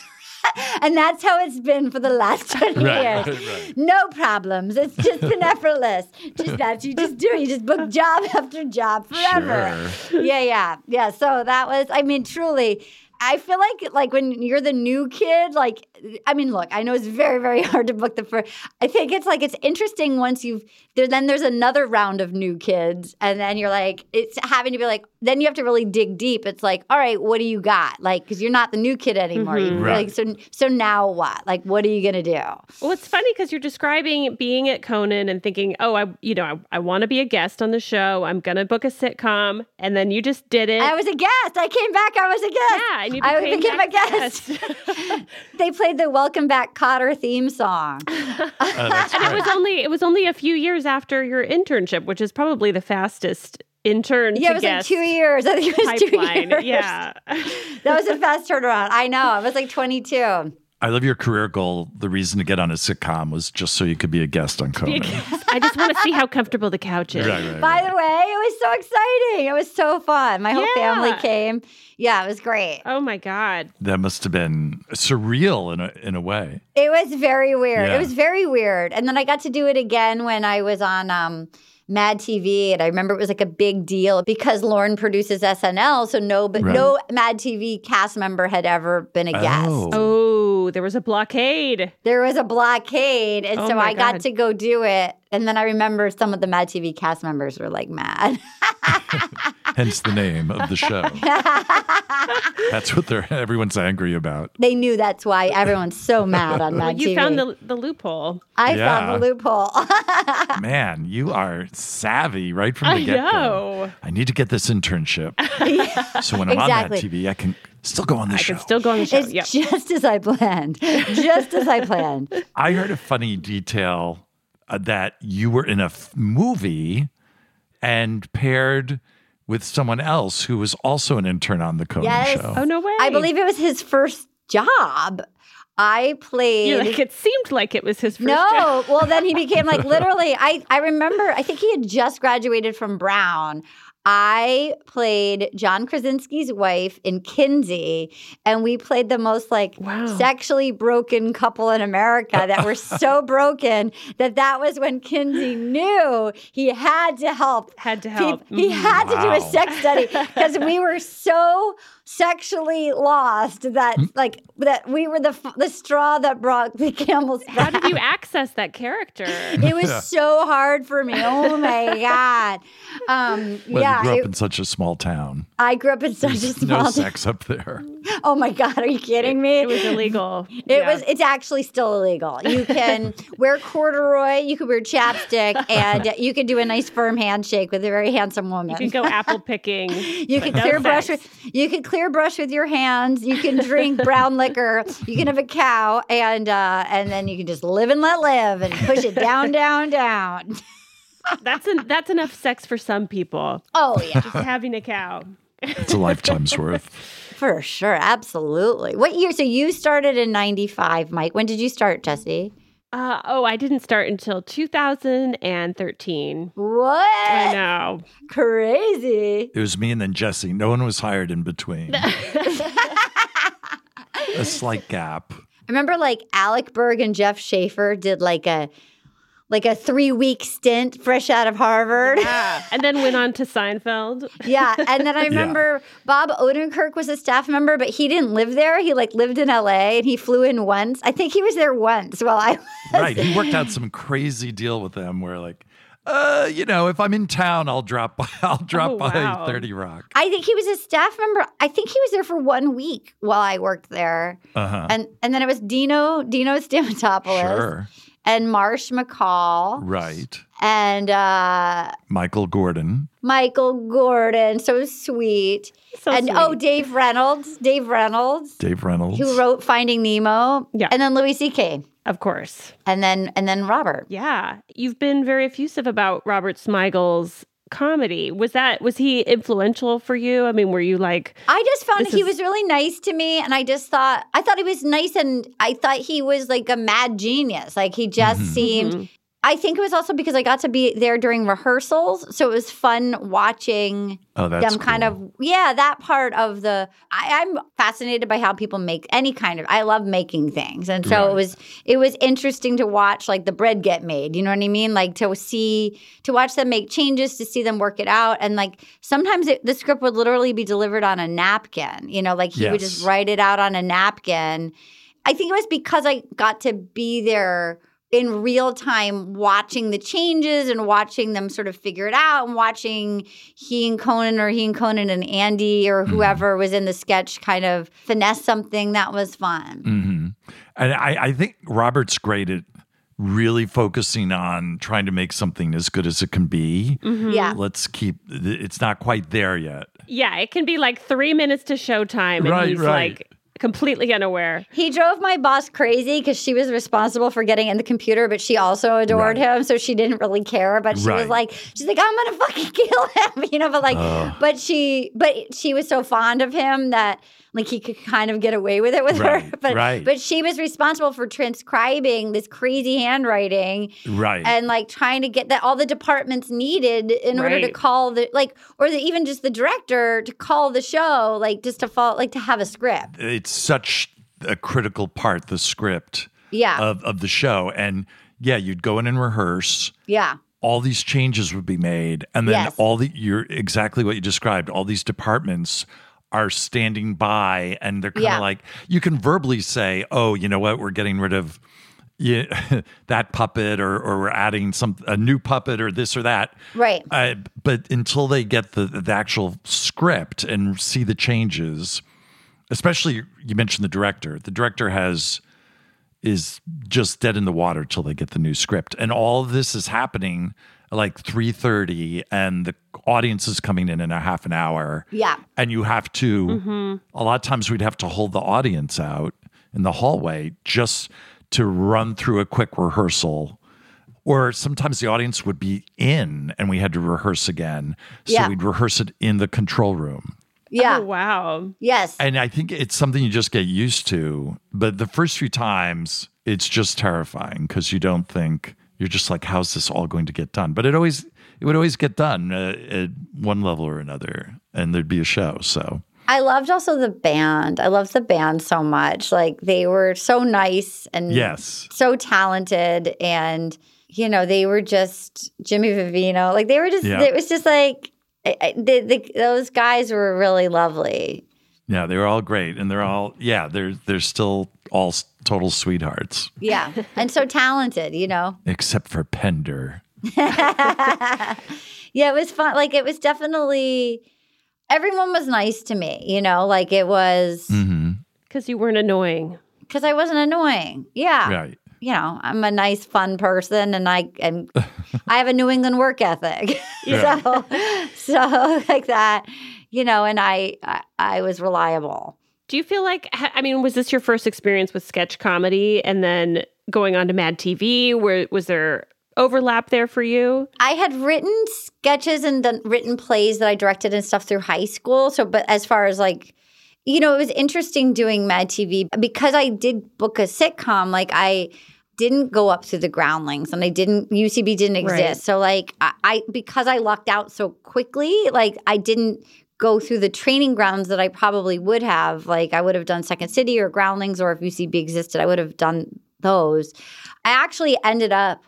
[SPEAKER 6] and that's how it's been for the last 20
[SPEAKER 5] Right,
[SPEAKER 6] years.
[SPEAKER 5] right, right.
[SPEAKER 6] No problems. It's just been effortless. Just that you just do it. You just book job after job forever. Yeah, yeah. Yeah. So that was, I mean, truly. I feel like like when you're the new kid, like I mean, look, I know it's very, very hard to book the first. I think it's like it's interesting once you've there. Then there's another round of new kids, and then you're like, it's having to be like. Then you have to really dig deep. It's like, all right, what do you got? Like, because you're not the new kid anymore.
[SPEAKER 4] Mm-hmm.
[SPEAKER 6] You-
[SPEAKER 5] Right.
[SPEAKER 6] Like, so so now what? Like, what are you gonna do?
[SPEAKER 4] Well, it's funny because you're describing being at Conan and thinking, oh, I, you know, I, I want to be a guest on the show. I'm gonna book a sitcom, and then you just did it.
[SPEAKER 6] I was a guest. I came back. I was a guest.
[SPEAKER 4] yeah, and you
[SPEAKER 6] I
[SPEAKER 4] became,
[SPEAKER 6] became a
[SPEAKER 4] that
[SPEAKER 6] guest. they played the Welcome Back Cotter theme song.
[SPEAKER 5] Oh, that's
[SPEAKER 4] and it
[SPEAKER 5] great.
[SPEAKER 4] was only it was only a few years after your internship, which is probably the fastest intern.
[SPEAKER 6] Yeah,
[SPEAKER 4] to
[SPEAKER 6] it was like
[SPEAKER 4] guest
[SPEAKER 6] two years. I think it was
[SPEAKER 4] Pipeline.
[SPEAKER 6] two years.
[SPEAKER 4] Yeah.
[SPEAKER 6] That was a fast turnaround. I know. It was like 22.
[SPEAKER 5] I love your career goal. The reason to get on a sitcom was just so you could be a guest on Conan.
[SPEAKER 4] I just want to see how comfortable the couch is.
[SPEAKER 5] Right, right,
[SPEAKER 6] By
[SPEAKER 5] right.
[SPEAKER 6] the way, it was so exciting. It was so fun. My whole family
[SPEAKER 4] Yeah.
[SPEAKER 6] came. Yeah, it was great.
[SPEAKER 4] Oh my god.
[SPEAKER 5] That must have been surreal in a, in a way.
[SPEAKER 6] It was very weird.
[SPEAKER 5] Yeah.
[SPEAKER 6] It was very weird. And then I got to do it again when I was on um, Mad TV, and I remember it was like a big deal because Lauren produces SNL, so no, but
[SPEAKER 5] Right.
[SPEAKER 6] no Mad TV cast member had ever been a guest.
[SPEAKER 4] Oh, there was a blockade.
[SPEAKER 6] There was a blockade, and
[SPEAKER 4] Oh
[SPEAKER 6] so
[SPEAKER 4] my
[SPEAKER 6] I got
[SPEAKER 4] God.
[SPEAKER 6] to go do it. And then I remember some of the Mad TV cast members were like mad.
[SPEAKER 5] Hence the name of the show. That's what they're everyone's angry about.
[SPEAKER 6] they knew that's why everyone's so mad on Mad
[SPEAKER 4] you
[SPEAKER 6] TV.
[SPEAKER 4] found the the loophole.
[SPEAKER 6] I
[SPEAKER 5] Yeah.
[SPEAKER 6] found the loophole.
[SPEAKER 5] Man, you are savvy right from
[SPEAKER 4] I
[SPEAKER 5] the get go.
[SPEAKER 4] know.
[SPEAKER 5] I need to get this internship. So when I'm
[SPEAKER 6] Exactly.
[SPEAKER 5] on that TV, I can still go on the
[SPEAKER 4] I
[SPEAKER 5] show.
[SPEAKER 4] can still go on the show.
[SPEAKER 6] it's
[SPEAKER 4] Yeah.
[SPEAKER 6] just as I planned. Just as I planned.
[SPEAKER 5] I heard a funny detail uh, that you were in a f- movie and paired with someone else who was also an intern on the Conan
[SPEAKER 6] Yes.
[SPEAKER 5] show.
[SPEAKER 4] Oh no way.
[SPEAKER 6] I believe it was his first job. I played.
[SPEAKER 4] you like it seemed like it was his first
[SPEAKER 6] no,
[SPEAKER 4] job.
[SPEAKER 6] well then he became like literally. I I remember. I think he had just graduated from Brown. I played John Krasinski's wife in Kinsey, and we played the most like sexually broken couple in America that were so broken that that was when Kinsey knew he had to help.
[SPEAKER 4] Had to
[SPEAKER 6] peop-
[SPEAKER 4] help. Mm-hmm.
[SPEAKER 6] He had to do a
[SPEAKER 5] Wow.
[SPEAKER 6] sex study because we were so sexually lost that
[SPEAKER 4] Mm.
[SPEAKER 6] like that we were the f- the straw that brought the camel's
[SPEAKER 4] How
[SPEAKER 6] back.
[SPEAKER 4] did you access that character?
[SPEAKER 6] It was so hard for me. Oh my god! Um,
[SPEAKER 5] Well,
[SPEAKER 6] yeah,
[SPEAKER 5] you grew up
[SPEAKER 6] it-
[SPEAKER 5] in such a small town.
[SPEAKER 6] I grew up in such a
[SPEAKER 5] There's
[SPEAKER 6] small.
[SPEAKER 5] no sex up there.
[SPEAKER 6] Oh my god! Are you kidding me?
[SPEAKER 4] It was illegal.
[SPEAKER 6] It was. It's actually still illegal. You can wear corduroy. You can wear chapstick, and you can do a nice firm handshake with a very handsome woman.
[SPEAKER 4] You can go apple picking.
[SPEAKER 6] You can
[SPEAKER 4] No
[SPEAKER 6] clear brush
[SPEAKER 4] sex.
[SPEAKER 6] with you can clear brush with your hands. You can drink brown liquor. You can have a cow, and uh, and then you can just live and let live and push it down, down, down.
[SPEAKER 4] That's en- that's enough sex for some people.
[SPEAKER 6] Oh yeah,
[SPEAKER 4] Just having a cow.
[SPEAKER 5] It's a lifetime's worth.
[SPEAKER 6] for sure, absolutely. What year? So you started in '95, Mike. When did you start, Jesse?
[SPEAKER 4] Uh, oh, I didn't start until 2013. I
[SPEAKER 6] What?
[SPEAKER 4] know.
[SPEAKER 6] Crazy.
[SPEAKER 5] It was me and then Jesse. No one was hired in between. a slight gap.
[SPEAKER 6] I remember like Alec Berg and Jeff Schaefer did like a like a three week stint fresh out of Harvard.
[SPEAKER 4] and then went on to Seinfeld.
[SPEAKER 6] Yeah, and then I remember Bob Odenkirk was a staff member, but he didn't live there. He like lived in LA and he flew in once. I think he was there once. Well, I
[SPEAKER 5] Right. He worked out some crazy deal with them where like, uh, you know, if I'm in town, I'll drop by I'll drop
[SPEAKER 4] Oh,
[SPEAKER 5] by
[SPEAKER 4] wow.
[SPEAKER 5] 30 Rock.
[SPEAKER 6] I think he was a staff member. I think he was there for one week while I worked there.
[SPEAKER 5] Uh-huh.
[SPEAKER 6] And and then it was Dino Dino Stamatopoulos
[SPEAKER 5] Sure.
[SPEAKER 6] and Marsh McCall
[SPEAKER 5] Right.
[SPEAKER 6] and uh,
[SPEAKER 5] Michael Gordon.
[SPEAKER 6] Michael Gordon. So sweet.
[SPEAKER 4] So
[SPEAKER 6] and oh,
[SPEAKER 4] sweet.
[SPEAKER 6] Dave Reynolds. Dave Reynolds.
[SPEAKER 5] Dave Reynolds.
[SPEAKER 6] Who wrote Finding Nemo?
[SPEAKER 4] Yeah.
[SPEAKER 6] And then Louis C.K.
[SPEAKER 4] Of course.
[SPEAKER 6] And then and then Robert.
[SPEAKER 4] Yeah. You've been very effusive about Robert Smigel's comedy. Was that was he influential for you? I mean, were you like
[SPEAKER 6] I just found
[SPEAKER 4] This
[SPEAKER 6] he
[SPEAKER 4] is-
[SPEAKER 6] was really nice to me, and I just thought I thought he was nice, and I thought he was like a mad genius. Like he just
[SPEAKER 5] Mm-hmm.
[SPEAKER 6] seemed.
[SPEAKER 4] Mm-hmm.
[SPEAKER 6] I think it was also because I got to be there during rehearsals, so it was fun watching
[SPEAKER 5] Oh, that's
[SPEAKER 6] them kind
[SPEAKER 5] cool.
[SPEAKER 6] of yeah that part of the. I, I'm fascinated by how people make any kind of. I love making things, and so it was it was interesting to watch like the bread get made. You know what I mean? Like to see to watch them make changes, to see them work it out, and like sometimes it, the script would literally be delivered on a napkin. You know, like he would just
[SPEAKER 5] Yes.
[SPEAKER 6] write it out on a napkin. I think it was because I got to be there in real time watching the changes and watching them sort of figure it out and watching he and Conan or he and Conan and Andy or whoever was in the sketch kind of finesse something that was fun.
[SPEAKER 5] hmm And I, I think Robert's great at really focusing on trying to make something as good as it can be.
[SPEAKER 6] Yeah.
[SPEAKER 5] Let's keep it's not quite there yet.
[SPEAKER 4] Yeah, it can be like three minutes to showtime and
[SPEAKER 5] Right,
[SPEAKER 4] he's
[SPEAKER 5] right.
[SPEAKER 4] like completely unaware.
[SPEAKER 6] He drove my boss crazy because she was responsible for getting in the computer, but she also adored him, so she didn't really care. But she was
[SPEAKER 5] Right.
[SPEAKER 6] like, she's like, I'm gonna fucking kill him, you know. But like, but she, but she was so fond of him that like he could kind of get away with it with her.
[SPEAKER 5] Right,
[SPEAKER 6] But
[SPEAKER 5] right.
[SPEAKER 6] but she was responsible for transcribing this crazy handwriting
[SPEAKER 5] Right.
[SPEAKER 6] and like trying to get that all the departments needed in order to
[SPEAKER 4] Right.
[SPEAKER 6] call the like or the, even just the director to call the show like just to fall like to have a script.
[SPEAKER 5] it's such a critical part, the script
[SPEAKER 6] Yeah.
[SPEAKER 5] of, of the show. And yeah, you'd go in and rehearse.
[SPEAKER 6] yeah.
[SPEAKER 5] All these changes would be made. And then
[SPEAKER 6] Yes.
[SPEAKER 5] all the you're exactly what you described. All these departments are standing by and they're kind of
[SPEAKER 6] Yeah.
[SPEAKER 5] like you can verbally say, Oh, you know what, we're getting rid of yeah, that puppet or or we're adding some a new puppet or this or that.
[SPEAKER 6] Right.
[SPEAKER 5] Uh, but until they get the, the actual script and see the changes, especially you mentioned the director. The director has is just dead in the water till they get the new script, and all of this is happening at like three thirty, and the audience is coming in in a half an hour.
[SPEAKER 6] Yeah.
[SPEAKER 5] and you have to. A lot of times we'd have to hold the audience out in the hallway just to run through a quick rehearsal or sometimes the audience would be in and we had to rehearse again. So
[SPEAKER 6] Yeah.
[SPEAKER 5] we'd rehearse it in the control room.
[SPEAKER 6] Yeah.
[SPEAKER 4] Oh wow.
[SPEAKER 6] Yes.
[SPEAKER 5] And I think it's something you just get used to. But the first few times, it's just terrifying because you don't think, you're just like, how's this all going to get done? But it always, it would always get done uh, at one level or another, and there'd be a show. So
[SPEAKER 6] I loved also the band. I loved the band so much. Like they were so nice and
[SPEAKER 5] yes,
[SPEAKER 6] so talented and you know they were just Jimmy Vivino. Like they were just
[SPEAKER 5] Yeah.
[SPEAKER 6] it was just like I, I, the, the, those guys were really lovely.
[SPEAKER 5] yeah, they were all great, and they're all yeah, they're they're still all s- total sweethearts,
[SPEAKER 6] Yeah. and so talented, you know.
[SPEAKER 5] except for Pender.
[SPEAKER 6] Yeah, it was fun. Like it was definitely everyone was nice to me, you know, like it was
[SPEAKER 5] Mm-hmm.
[SPEAKER 4] Because you weren't annoying.
[SPEAKER 6] cuz I wasn't annoying. Yeah.
[SPEAKER 5] Right.
[SPEAKER 6] You know, I'm a nice fun person and I and I have a New England work ethic.
[SPEAKER 5] Yeah.
[SPEAKER 6] so so like that, you know, and I I, I was reliable.
[SPEAKER 4] Do you feel like, ha- I mean, was this your first experience with sketch comedy and then going on to Mad TV? Where was there overlap there for you?
[SPEAKER 6] I had written sketches and done, written plays that I directed and stuff through high school. So, but as far as like, you know, it was interesting doing Mad TV because I did book a sitcom. Like I didn't go up through the groundlings and I didn't UCB didn't exist.
[SPEAKER 4] Right.
[SPEAKER 6] So like I, I because I lucked out so quickly, like I didn't go through the training grounds that I probably would have. Like I would have done Second City or Groundlings or if UCB existed, I would have done those. I actually ended up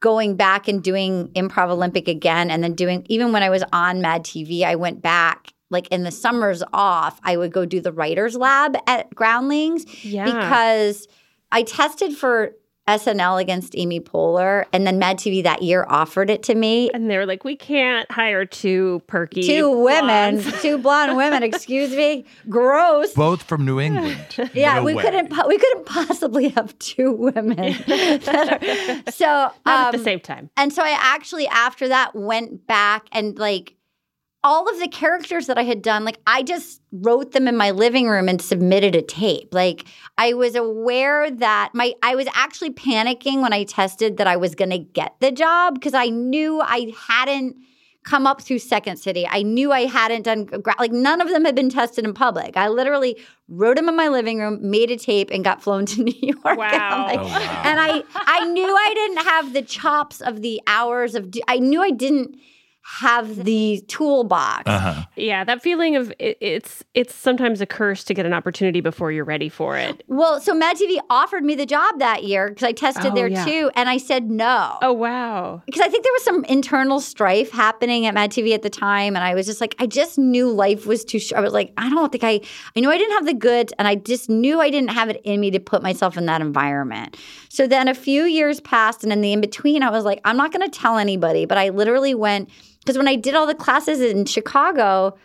[SPEAKER 6] going back and doing improv olympic again and then doing even when i was on mad tv i went back like in the summers off i would go do the writers lab at groundlings
[SPEAKER 4] Yeah.
[SPEAKER 6] because i tested for snl against amy poehler and then mad tv that year offered it to me
[SPEAKER 4] and they were like, we can't hire two perky
[SPEAKER 6] two women
[SPEAKER 4] blondes."
[SPEAKER 6] two blonde women excuse me gross
[SPEAKER 5] Both from New England.
[SPEAKER 6] yeah,
[SPEAKER 5] No
[SPEAKER 6] we
[SPEAKER 5] way.
[SPEAKER 6] couldn't. Po- we couldn't possibly have two women. that are- so
[SPEAKER 4] Not at the
[SPEAKER 6] um,
[SPEAKER 4] same time.
[SPEAKER 6] And so I actually, after that, went back and like all of the characters that I had done, like I just wrote them in my living room and submitted a tape. Like I was aware that my I was actually panicking when I tested that I was going to get the job because I knew I hadn't come up through Second City. I knew I hadn't done gra- like none of them had been tested in public. I literally wrote them in my living room, made a tape, and got flown to New York. And I'm
[SPEAKER 4] Wow.
[SPEAKER 6] like,
[SPEAKER 4] Oh,
[SPEAKER 6] and I I knew I didn't have the chops of the hours of do- I knew I didn't have the toolbox.
[SPEAKER 5] Uh-huh.
[SPEAKER 4] Yeah, that feeling of it, it's it's sometimes a curse to get an opportunity before you're ready for it.
[SPEAKER 6] Well, so Mad TV offered me the job that year because I tested
[SPEAKER 4] Oh,
[SPEAKER 6] there
[SPEAKER 4] yeah.
[SPEAKER 6] too, and I said no.
[SPEAKER 4] Oh wow.
[SPEAKER 6] Because I think there was some internal strife happening at Mad TV at the time, and I was just like, I just knew life was too short. I was like, I don't think I, I knew I didn't have the goods, and I just knew I didn't have it in me to put myself in that environment. So then a few years passed, and in the in between, I was like, I'm not going to tell anybody, but I literally went because when I did all the classes in Chicago,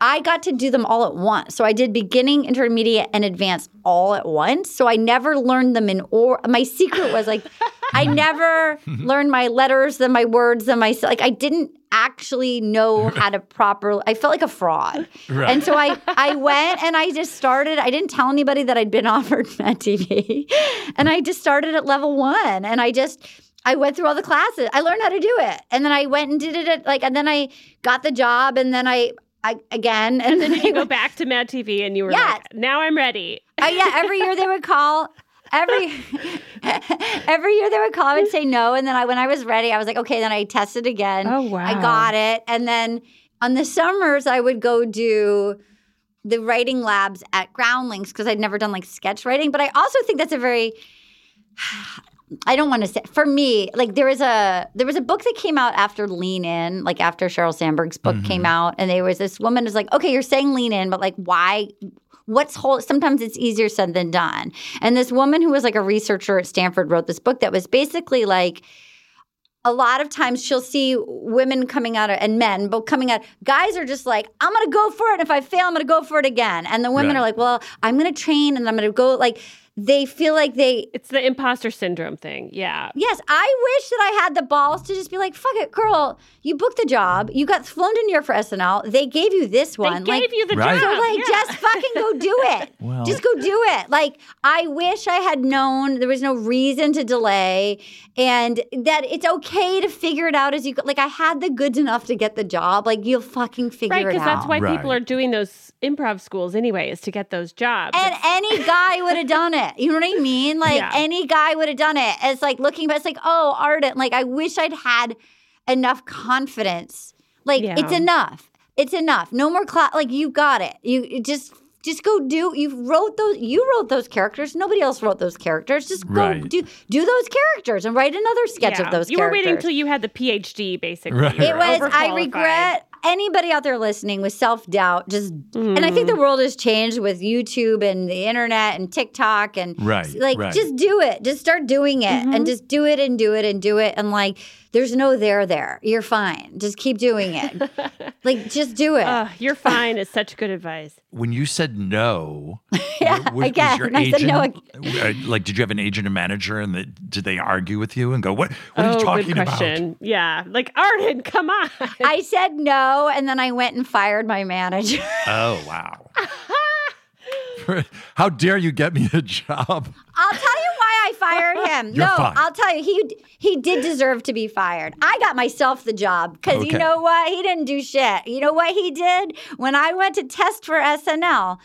[SPEAKER 6] I got to do them all at once. So I did beginning, intermediate, and advanced all at once. So I never learned them in or my secret was like I never learned my letters, then my words, then my like I didn't actually know how to properly I felt like a fraud.
[SPEAKER 5] Right.
[SPEAKER 6] And so I I went and I just started. I didn't tell anybody that I'd been offered Mad TV. And I just started at level 1 and I just I went through all the classes. I learned how to do it. And then I went and did it at, like and then I got the job and then I I, again, and then I
[SPEAKER 4] You go back to Mad TV and you were
[SPEAKER 6] Yes.
[SPEAKER 4] like, now I'm ready.
[SPEAKER 6] Oh yeah, every year they would call. Every every year they would call. I would say no, and then I when I was ready, I was like, okay. Then I tested again.
[SPEAKER 4] Oh, wow.
[SPEAKER 6] I got it. And then on the summers, I would go do the writing labs at Groundlings because I'd never done like sketch writing. But I also think that's a very I don't want to say for me, like there was a there was a book that came out after Lean In, like after Sheryl Sandberg's book came out, and there was this woman who's like, okay, you're saying Lean In, but like why? What's whole? Sometimes it's easier said than done. And this woman who was like a researcher at Stanford wrote this book that was basically like a lot of times she'll see women coming out of, and men, but coming out, guys are just like, I'm gonna go for it. If I fail, I'm gonna go for it again. And the women
[SPEAKER 5] Right.
[SPEAKER 6] are like, well, I'm gonna train and I'm gonna go. Like they feel like they
[SPEAKER 4] It's the imposter syndrome thing. Yeah.
[SPEAKER 6] Yes, I wish that I had the balls to just be like, "Fuck it, girl. You booked the job. You got flown to New York for SNL. They gave you this
[SPEAKER 4] They
[SPEAKER 6] one.
[SPEAKER 4] gave
[SPEAKER 6] like,
[SPEAKER 4] you the
[SPEAKER 5] Right.
[SPEAKER 6] so
[SPEAKER 4] job.
[SPEAKER 6] like,
[SPEAKER 4] yeah.
[SPEAKER 6] just fucking go do it.
[SPEAKER 5] Well-
[SPEAKER 6] just go do it. Like, I wish I had known there was no reason to delay, and that it's okay to figure it out as you go. Like, I had the goods enough to get the job. Like, you'll fucking figure
[SPEAKER 4] right,
[SPEAKER 6] it out.
[SPEAKER 4] because that's why people
[SPEAKER 5] Right.
[SPEAKER 4] are doing those improv schools anyway, is to get those jobs.
[SPEAKER 6] And any guy would have done it. You know what I mean? Like
[SPEAKER 4] Yeah.
[SPEAKER 6] any guy would have done it. It's like looking back, it's like, oh, ardent. Like I wish I'd had enough confidence. Like
[SPEAKER 4] Yeah.
[SPEAKER 6] it's enough. It's enough. No more class. Like you got it. You you just just go do. You wrote those. You wrote those characters. Nobody else wrote those characters. Just go
[SPEAKER 5] Right.
[SPEAKER 6] do do those characters and write another sketch
[SPEAKER 4] Yeah.
[SPEAKER 6] of those.
[SPEAKER 4] You were
[SPEAKER 6] characters.
[SPEAKER 4] waiting until you had the PhD, basically.
[SPEAKER 5] Right.
[SPEAKER 6] It was. I
[SPEAKER 4] Overqualified.
[SPEAKER 6] regret anybody out there listening with self doubt. Just and I
[SPEAKER 4] Mm.
[SPEAKER 6] think the world has changed with YouTube and the internet and TikTok and
[SPEAKER 5] Right,
[SPEAKER 6] Like
[SPEAKER 5] right.
[SPEAKER 6] just do it. Just start doing it
[SPEAKER 4] Mm-hmm.
[SPEAKER 6] and just do it and do it and do it and like there's no there there. You're fine. Just keep doing it. like just do it.
[SPEAKER 4] Ugh, you're fine is such good advice.
[SPEAKER 5] when you said no,
[SPEAKER 6] Yeah, again,
[SPEAKER 5] your
[SPEAKER 6] I said no
[SPEAKER 5] agent, uh, like, did you have an agent and manager, and the, did they argue with you and go, "What? What
[SPEAKER 4] oh,
[SPEAKER 5] are you talking
[SPEAKER 4] good question.
[SPEAKER 5] about?"
[SPEAKER 4] Yeah. Like, Arden, come on.
[SPEAKER 6] I said no, and then I went and fired my manager.
[SPEAKER 5] Oh wow! How dare you get me a job?
[SPEAKER 6] I'll tell you why I fired him.
[SPEAKER 5] You're
[SPEAKER 6] no,
[SPEAKER 5] fired.
[SPEAKER 6] I'll tell you he he did deserve to be fired. I got myself the job because
[SPEAKER 5] Okay.
[SPEAKER 6] you know what? He didn't do shit. You know what he did when I went to test for SNL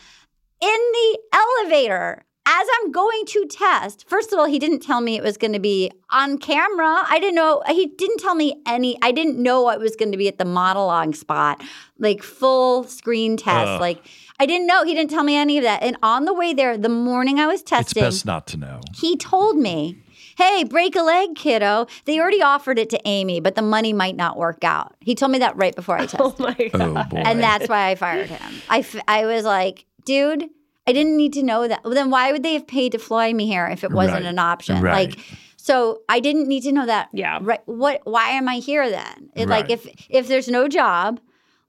[SPEAKER 6] in the elevator. As I'm going to test, first of all, he didn't tell me it was going to be on camera. I didn't know. He didn't tell me any. I didn't know it was going to be at the monologue spot, like full screen test.
[SPEAKER 5] Ugh.
[SPEAKER 6] Like I didn't know. He didn't tell me any of that. And on the way there, the morning I was
[SPEAKER 5] It's
[SPEAKER 6] testing,
[SPEAKER 5] best not to know.
[SPEAKER 6] he told me, Hey, break a leg, kiddo. They already offered it to Amy, but the money might not work out. He told me that right before I tested.
[SPEAKER 4] oh, my God.
[SPEAKER 5] Oh boy!
[SPEAKER 6] and that's why I fired him. I, f- I was like, Dude, I didn't need to know that. Well, then why would they have paid to fly me here if it wasn't
[SPEAKER 5] Right.
[SPEAKER 6] an option?
[SPEAKER 5] Right.
[SPEAKER 6] Like, so I didn't need to know that.
[SPEAKER 4] Yeah.
[SPEAKER 6] Right. What? Why am I here then? It, Like,
[SPEAKER 5] Right.
[SPEAKER 6] if if there's no job,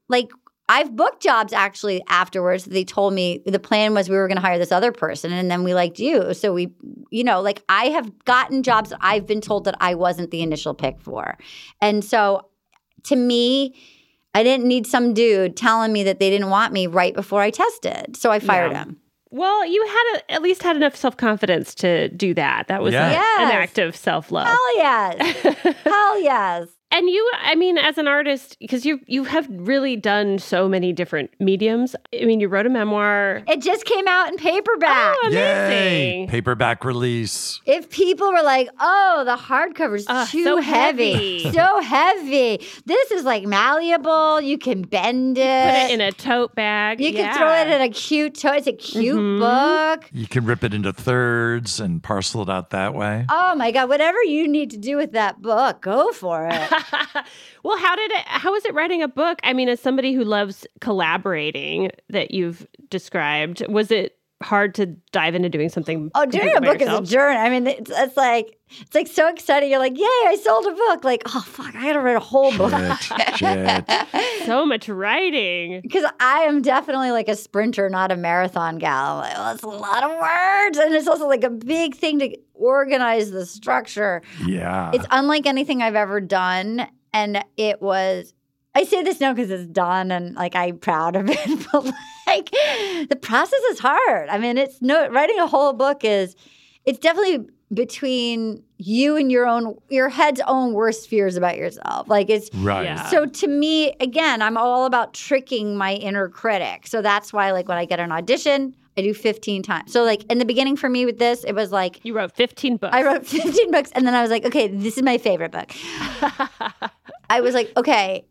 [SPEAKER 6] like I've booked jobs actually afterwards. They told me the plan was we were going to hire this other person, and then we liked you, so we, you know, like I have gotten jobs that I've been told that I wasn't the initial pick for, and so to me. I didn't need some dude telling me that they didn't want me right before I tested. So I fired
[SPEAKER 4] Yeah.
[SPEAKER 6] him.
[SPEAKER 4] Well, you had a, at least had enough self confidence to do that. That was
[SPEAKER 5] Yeah.
[SPEAKER 4] a- an
[SPEAKER 6] Yes.
[SPEAKER 4] act of self love.
[SPEAKER 6] Hell yes. Hell yes.
[SPEAKER 4] And you, I mean, as an artist, because you you have really done so many different mediums. I mean, you wrote a memoir.
[SPEAKER 6] It just came out in paperback.
[SPEAKER 4] Oh,
[SPEAKER 5] Yay!
[SPEAKER 4] amazing.
[SPEAKER 5] Paperback release.
[SPEAKER 6] If people were like, "Oh, the hardcover's
[SPEAKER 4] Ugh,
[SPEAKER 6] too
[SPEAKER 4] Ah, so
[SPEAKER 6] heavy,
[SPEAKER 4] heavy."
[SPEAKER 6] so heavy. This is like malleable. You can bend
[SPEAKER 4] Put it
[SPEAKER 6] it.
[SPEAKER 4] in a tote bag.
[SPEAKER 6] you
[SPEAKER 4] yeah. Mm-hmm.
[SPEAKER 6] can throw it in a cute toy. It's a cute book.
[SPEAKER 5] You can rip it into thirds and parcel it out that way.
[SPEAKER 6] Oh my god! Whatever you need to do with that book, go for it.
[SPEAKER 4] well, how did it? How is it writing a book? I mean, as somebody who loves collaborating, that you've described, was it hard to dive into doing something?
[SPEAKER 6] Oh, doing
[SPEAKER 4] completely
[SPEAKER 6] a
[SPEAKER 4] by
[SPEAKER 6] book is a
[SPEAKER 4] yourself?
[SPEAKER 6] journey. I mean, it's, it's like it's like so exciting. You're like, "Yay! I sold a book!" Like, oh fuck, I gotta write a whole book.
[SPEAKER 5] Shit, shit.
[SPEAKER 4] So much writing.
[SPEAKER 6] Because I am definitely like a sprinter, not a marathon gal. Like, well, it's a lot of words, and it's also like a big thing to organize the structure.
[SPEAKER 5] Yeah.
[SPEAKER 6] It's unlike anything I've ever done, and it was. I say this now because it's done, and like I'm proud of it. But like, the process is hard. I mean, it's no writing a whole book is. It's definitely between you and your own your head's own worst fears about yourself. Like it's
[SPEAKER 5] right.
[SPEAKER 4] Yeah.
[SPEAKER 6] so to me, again, I'm all about tricking my inner critic. So that's why, like, when I get an audition, I do 15 times. So, like, in the beginning for me with this, it was like,
[SPEAKER 4] You wrote fifteen books.
[SPEAKER 6] I wrote 15 books, and then I was like, okay, this is my favorite book. I was like, okay,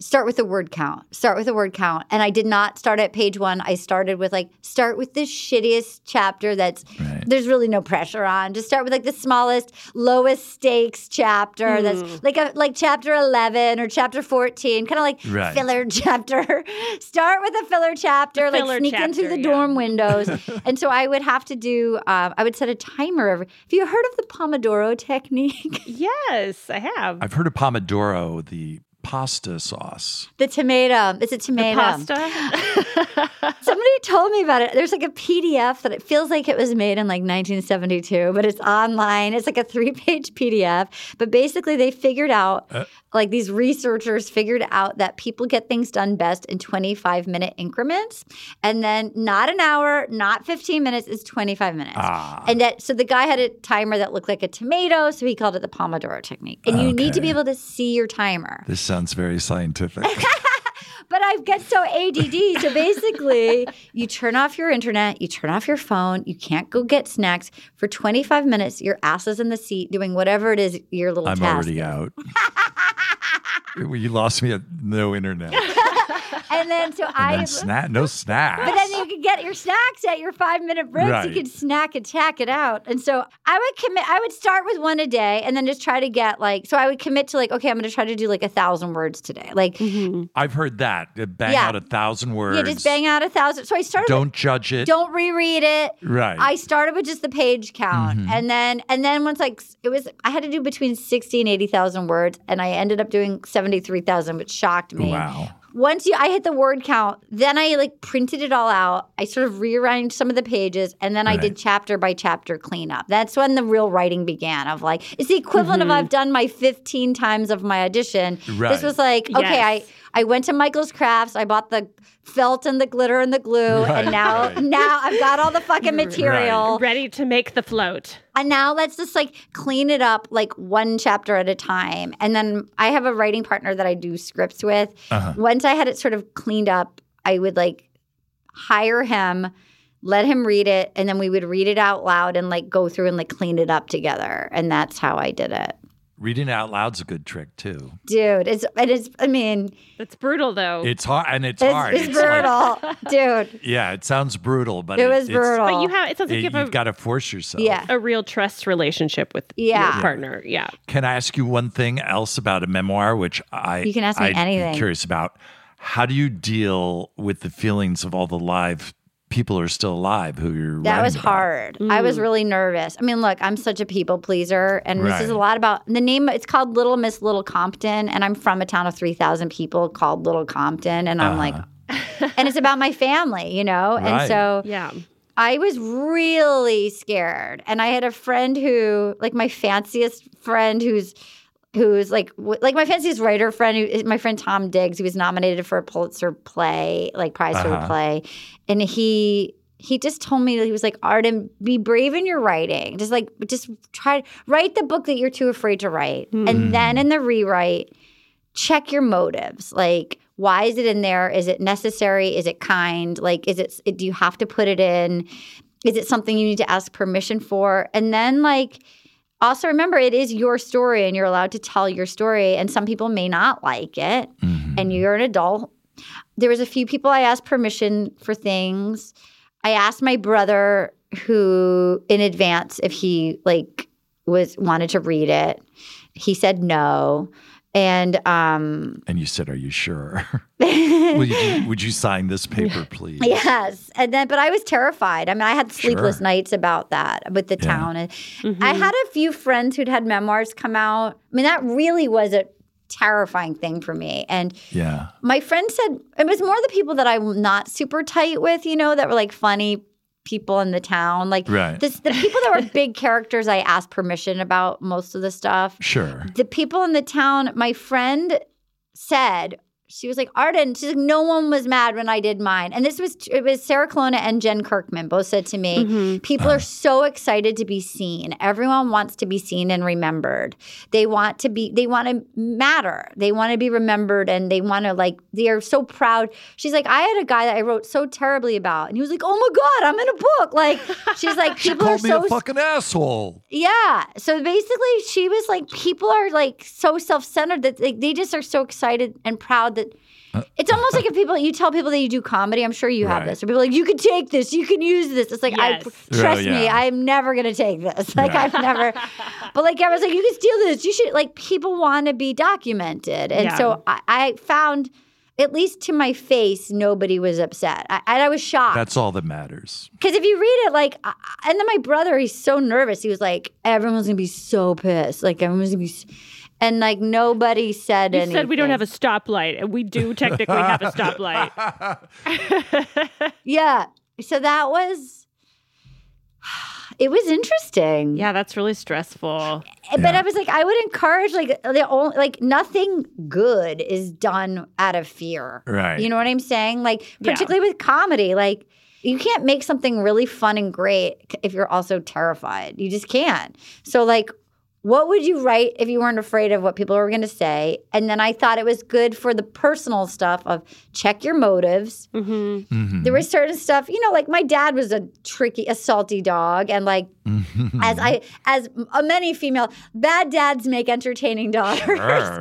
[SPEAKER 6] start with the word count. Start with the word count. And I did not start at page one. I started with like, start with the shittiest chapter that's
[SPEAKER 5] Right.
[SPEAKER 6] there's really no pressure on. Just start with like the smallest, lowest stakes chapter
[SPEAKER 5] Hmm.
[SPEAKER 6] that's like a like chapter eleven or chapter fourteen, kind of like
[SPEAKER 5] Right.
[SPEAKER 6] filler chapter. start with a filler chapter, like
[SPEAKER 4] filler
[SPEAKER 6] sneak in through
[SPEAKER 4] chapter,
[SPEAKER 6] the
[SPEAKER 4] yeah.
[SPEAKER 6] dorm windows. and so I would have to do. Um, I would set a timer every. Have you heard of the Pomodoro technique?
[SPEAKER 4] yes, I have.
[SPEAKER 5] I've heard of Pomodoro, the pasta sauce.
[SPEAKER 6] the tomato. It's a tomato.
[SPEAKER 4] Pasta.
[SPEAKER 6] Somebody told me about it. There's like a PDF that it feels like it was made in like 1972, but it's online. It's like a three page PDF. But basically, they figured out, like these researchers figured out that people get things done best in 25 minute increments. And then not an hour, not 15 minutes, it's 25 minutes. And that, so the guy had a timer that looked like a tomato. So he called it the Pomodoro technique. And you need to be able to see your timer
[SPEAKER 5] This sounds very scientific.
[SPEAKER 6] but I get so ADD. So basically, you turn off your internet, you turn off your phone, you can't go get snacks for 25 minutes. Your ass is in the seat doing whatever it is your little
[SPEAKER 5] I'm
[SPEAKER 6] task.
[SPEAKER 5] already out. you lost me at no internet. And
[SPEAKER 6] and then so I.
[SPEAKER 5] then snack, no snacks.
[SPEAKER 6] But then you could get your snacks at your five minute breaks.
[SPEAKER 5] Right.
[SPEAKER 6] You could snack attack it out. And so I would commit, I would start with one a day and then just try to get like, so I would commit to like, okay, I'm going to try to do like a thousand words today. Like,
[SPEAKER 5] I've heard that. uh, Bang
[SPEAKER 6] Yeah.
[SPEAKER 5] out a thousand Mm-hmm. words.
[SPEAKER 6] yeah, just bang out a thousand. So I started. with-
[SPEAKER 5] Don't judge it.
[SPEAKER 6] don't reread it.
[SPEAKER 5] Right. Mm-hmm.
[SPEAKER 6] I started with just the page count, and then and then once like s- it was, I had to do between sixty and eighty thousand words, and I ended up doing seventy three thousand, which shocked me.
[SPEAKER 5] Wow.
[SPEAKER 6] Once you, I hit the word count, then I like printed it all out. I sort of rearranged some of the pages, and then I did
[SPEAKER 5] Right.
[SPEAKER 6] chapter by chapter cleanup. That's when the real writing began. Of like, it's the equivalent
[SPEAKER 5] Mm-hmm.
[SPEAKER 6] of I've done my fifteen times of my audition.
[SPEAKER 5] Right.
[SPEAKER 6] This was like, okay, I
[SPEAKER 4] Yes.
[SPEAKER 6] I went to Michael's Crafts. I bought the felt and the glitter and the glue,
[SPEAKER 5] Right,
[SPEAKER 6] and now
[SPEAKER 5] right.
[SPEAKER 6] now I've got all the fucking material.
[SPEAKER 4] Ready to make the float.
[SPEAKER 6] And now let's just like clean it up like one chapter at a time. And then I have a writing partner that I do scripts with.
[SPEAKER 5] Uh-huh.
[SPEAKER 6] Once I had it sort of cleaned up, I would like hire him, let him read it, and then we would read it out loud and like go through and like clean it up together. And that's how I did it.
[SPEAKER 5] Reading out loud's a good trick too.
[SPEAKER 6] Dude, it's it is I mean,
[SPEAKER 4] That's brutal, though.
[SPEAKER 5] It's hard and it's,
[SPEAKER 6] it's,
[SPEAKER 5] hard. like-
[SPEAKER 6] it's brutal. Dude.
[SPEAKER 5] yeah, it sounds brutal, but
[SPEAKER 6] It was
[SPEAKER 5] it's-
[SPEAKER 6] brutal.
[SPEAKER 4] but you have. It sounds like
[SPEAKER 5] it-
[SPEAKER 4] you have
[SPEAKER 5] you've
[SPEAKER 4] a,
[SPEAKER 5] got to force yourself.
[SPEAKER 6] Yeah.
[SPEAKER 4] a real trust relationship with
[SPEAKER 6] Yeah.
[SPEAKER 4] your partner. Yeah.
[SPEAKER 5] Can I ask you one thing else about a memoir, which I
[SPEAKER 6] You can ask me
[SPEAKER 5] I'd be
[SPEAKER 6] anything.
[SPEAKER 5] Curious about how do you deal with the feelings of all the live people who are still alive who you're
[SPEAKER 6] That
[SPEAKER 5] writing
[SPEAKER 6] was
[SPEAKER 5] about?
[SPEAKER 6] hard. I
[SPEAKER 5] Mm.
[SPEAKER 6] was really nervous. I mean, look, I'm such a people pleaser, and this is a
[SPEAKER 5] Right.
[SPEAKER 6] lot about the name. It's called Little Miss Little Compton, and I'm from a town of 3,000 people called Little Compton, and I'm like, and it's about my family, you know? And
[SPEAKER 5] Uh-huh. Right.
[SPEAKER 6] so
[SPEAKER 4] Yeah.
[SPEAKER 6] I was really scared, and I had a friend who, like, my fanciest friend who's who's like w- like my fanciest writer friend who is my friend Tom Diggs who was nominated for a Pulitzer play like prize for a
[SPEAKER 5] Uh-huh.
[SPEAKER 6] play and he he just told me that he was like Arden be brave in your writing just like just try write the book that you're too afraid to write and then in the rewrite check your motives like why is it in there is it necessary is it kind like is it do you have to put it in is it something you need to ask permission for and then like also remember it is your story and you're allowed to tell your story and some people may not like it
[SPEAKER 5] Mm-hmm.
[SPEAKER 6] and you're an adult there was a few people i asked permission for things i asked my brother who in advance if he like was wanted to read it he said no and um
[SPEAKER 5] And you said, "Are you sure? Will you- would you sign this paper, please?"
[SPEAKER 6] Yes. And then, but I was terrified. I mean, I had sleepless
[SPEAKER 5] Sure.
[SPEAKER 6] nights about that with the town. And
[SPEAKER 4] Mm-hmm.
[SPEAKER 6] I had a few friends who'd had memoirs come out. I mean, that really was a terrifying thing for me. And
[SPEAKER 5] Yeah.
[SPEAKER 6] my friend said it was more the people that I'm not super tight with, you know, that were like funny people in the town. Like
[SPEAKER 5] Right.
[SPEAKER 6] this, the people that were big characters, I asked permission about most of the stuff
[SPEAKER 5] Sure.
[SPEAKER 6] the people in the town, my friend said, she was like, Arden, she's like, no one was mad when I did mine. And this was, it was Sarah Colonna and Jen Kirkman both said to me,
[SPEAKER 5] Mm-hmm.
[SPEAKER 6] people are so excited to be seen. Everyone wants to be seen and remembered. They want to be, they want to matter. They want to be remembered and they want to like, they are so proud. She's like, I had a guy that I wrote so terribly about. And he was like, oh my God, I'm in a book. Like, she's like, people are
[SPEAKER 5] Call me
[SPEAKER 6] so
[SPEAKER 5] a fucking asshole.
[SPEAKER 6] yeah. So basically, she was like, people are like so self centered that like, they just are so excited and proud that it's almost like if people, you tell people that you do comedy, I'm sure you have
[SPEAKER 5] Right.
[SPEAKER 6] this, or people are like, you can take this, you can use this. It's like,
[SPEAKER 4] Yes.
[SPEAKER 6] I trust
[SPEAKER 5] Oh,
[SPEAKER 6] me,
[SPEAKER 5] yeah.
[SPEAKER 6] I'm never going to take this. Like,
[SPEAKER 5] Right.
[SPEAKER 6] I've never, but like, I was like, you can steal this. You should, like, people want to be documented. And
[SPEAKER 4] Yeah.
[SPEAKER 6] so I, I found, at least to my face, nobody was upset. I, and I was shocked.
[SPEAKER 5] That's all that matters.
[SPEAKER 6] Because if you read it, like, I- I- and then my brother, he's so nervous. He was like, everyone's gonna be so pissed. Like, everyone's gonna be, s-. and like nobody said
[SPEAKER 4] You
[SPEAKER 6] anything.
[SPEAKER 4] said we don't have a stoplight, and we do technically have a stoplight.
[SPEAKER 6] Yeah. So that was. It was interesting.
[SPEAKER 4] Yeah, that's really stressful.
[SPEAKER 6] But I was like, I would encourage like the only like nothing good is done out of fear.
[SPEAKER 5] Right.
[SPEAKER 6] You know what I'm saying? Like
[SPEAKER 4] Yeah.
[SPEAKER 6] particularly with comedy, like you can't make something really fun and great c- if you're also terrified. You just can't. So like what would you write if you weren't afraid of what people were going to say? And then I thought it was good for the personal stuff of check your motives,
[SPEAKER 4] Mm-hmm.
[SPEAKER 5] Mm-hmm.
[SPEAKER 6] there was certain stuff you know like my dad was a tricky a salty dog and like
[SPEAKER 5] Mm-hmm.
[SPEAKER 6] as i as a many female bad dads make entertaining daughters
[SPEAKER 5] Sure.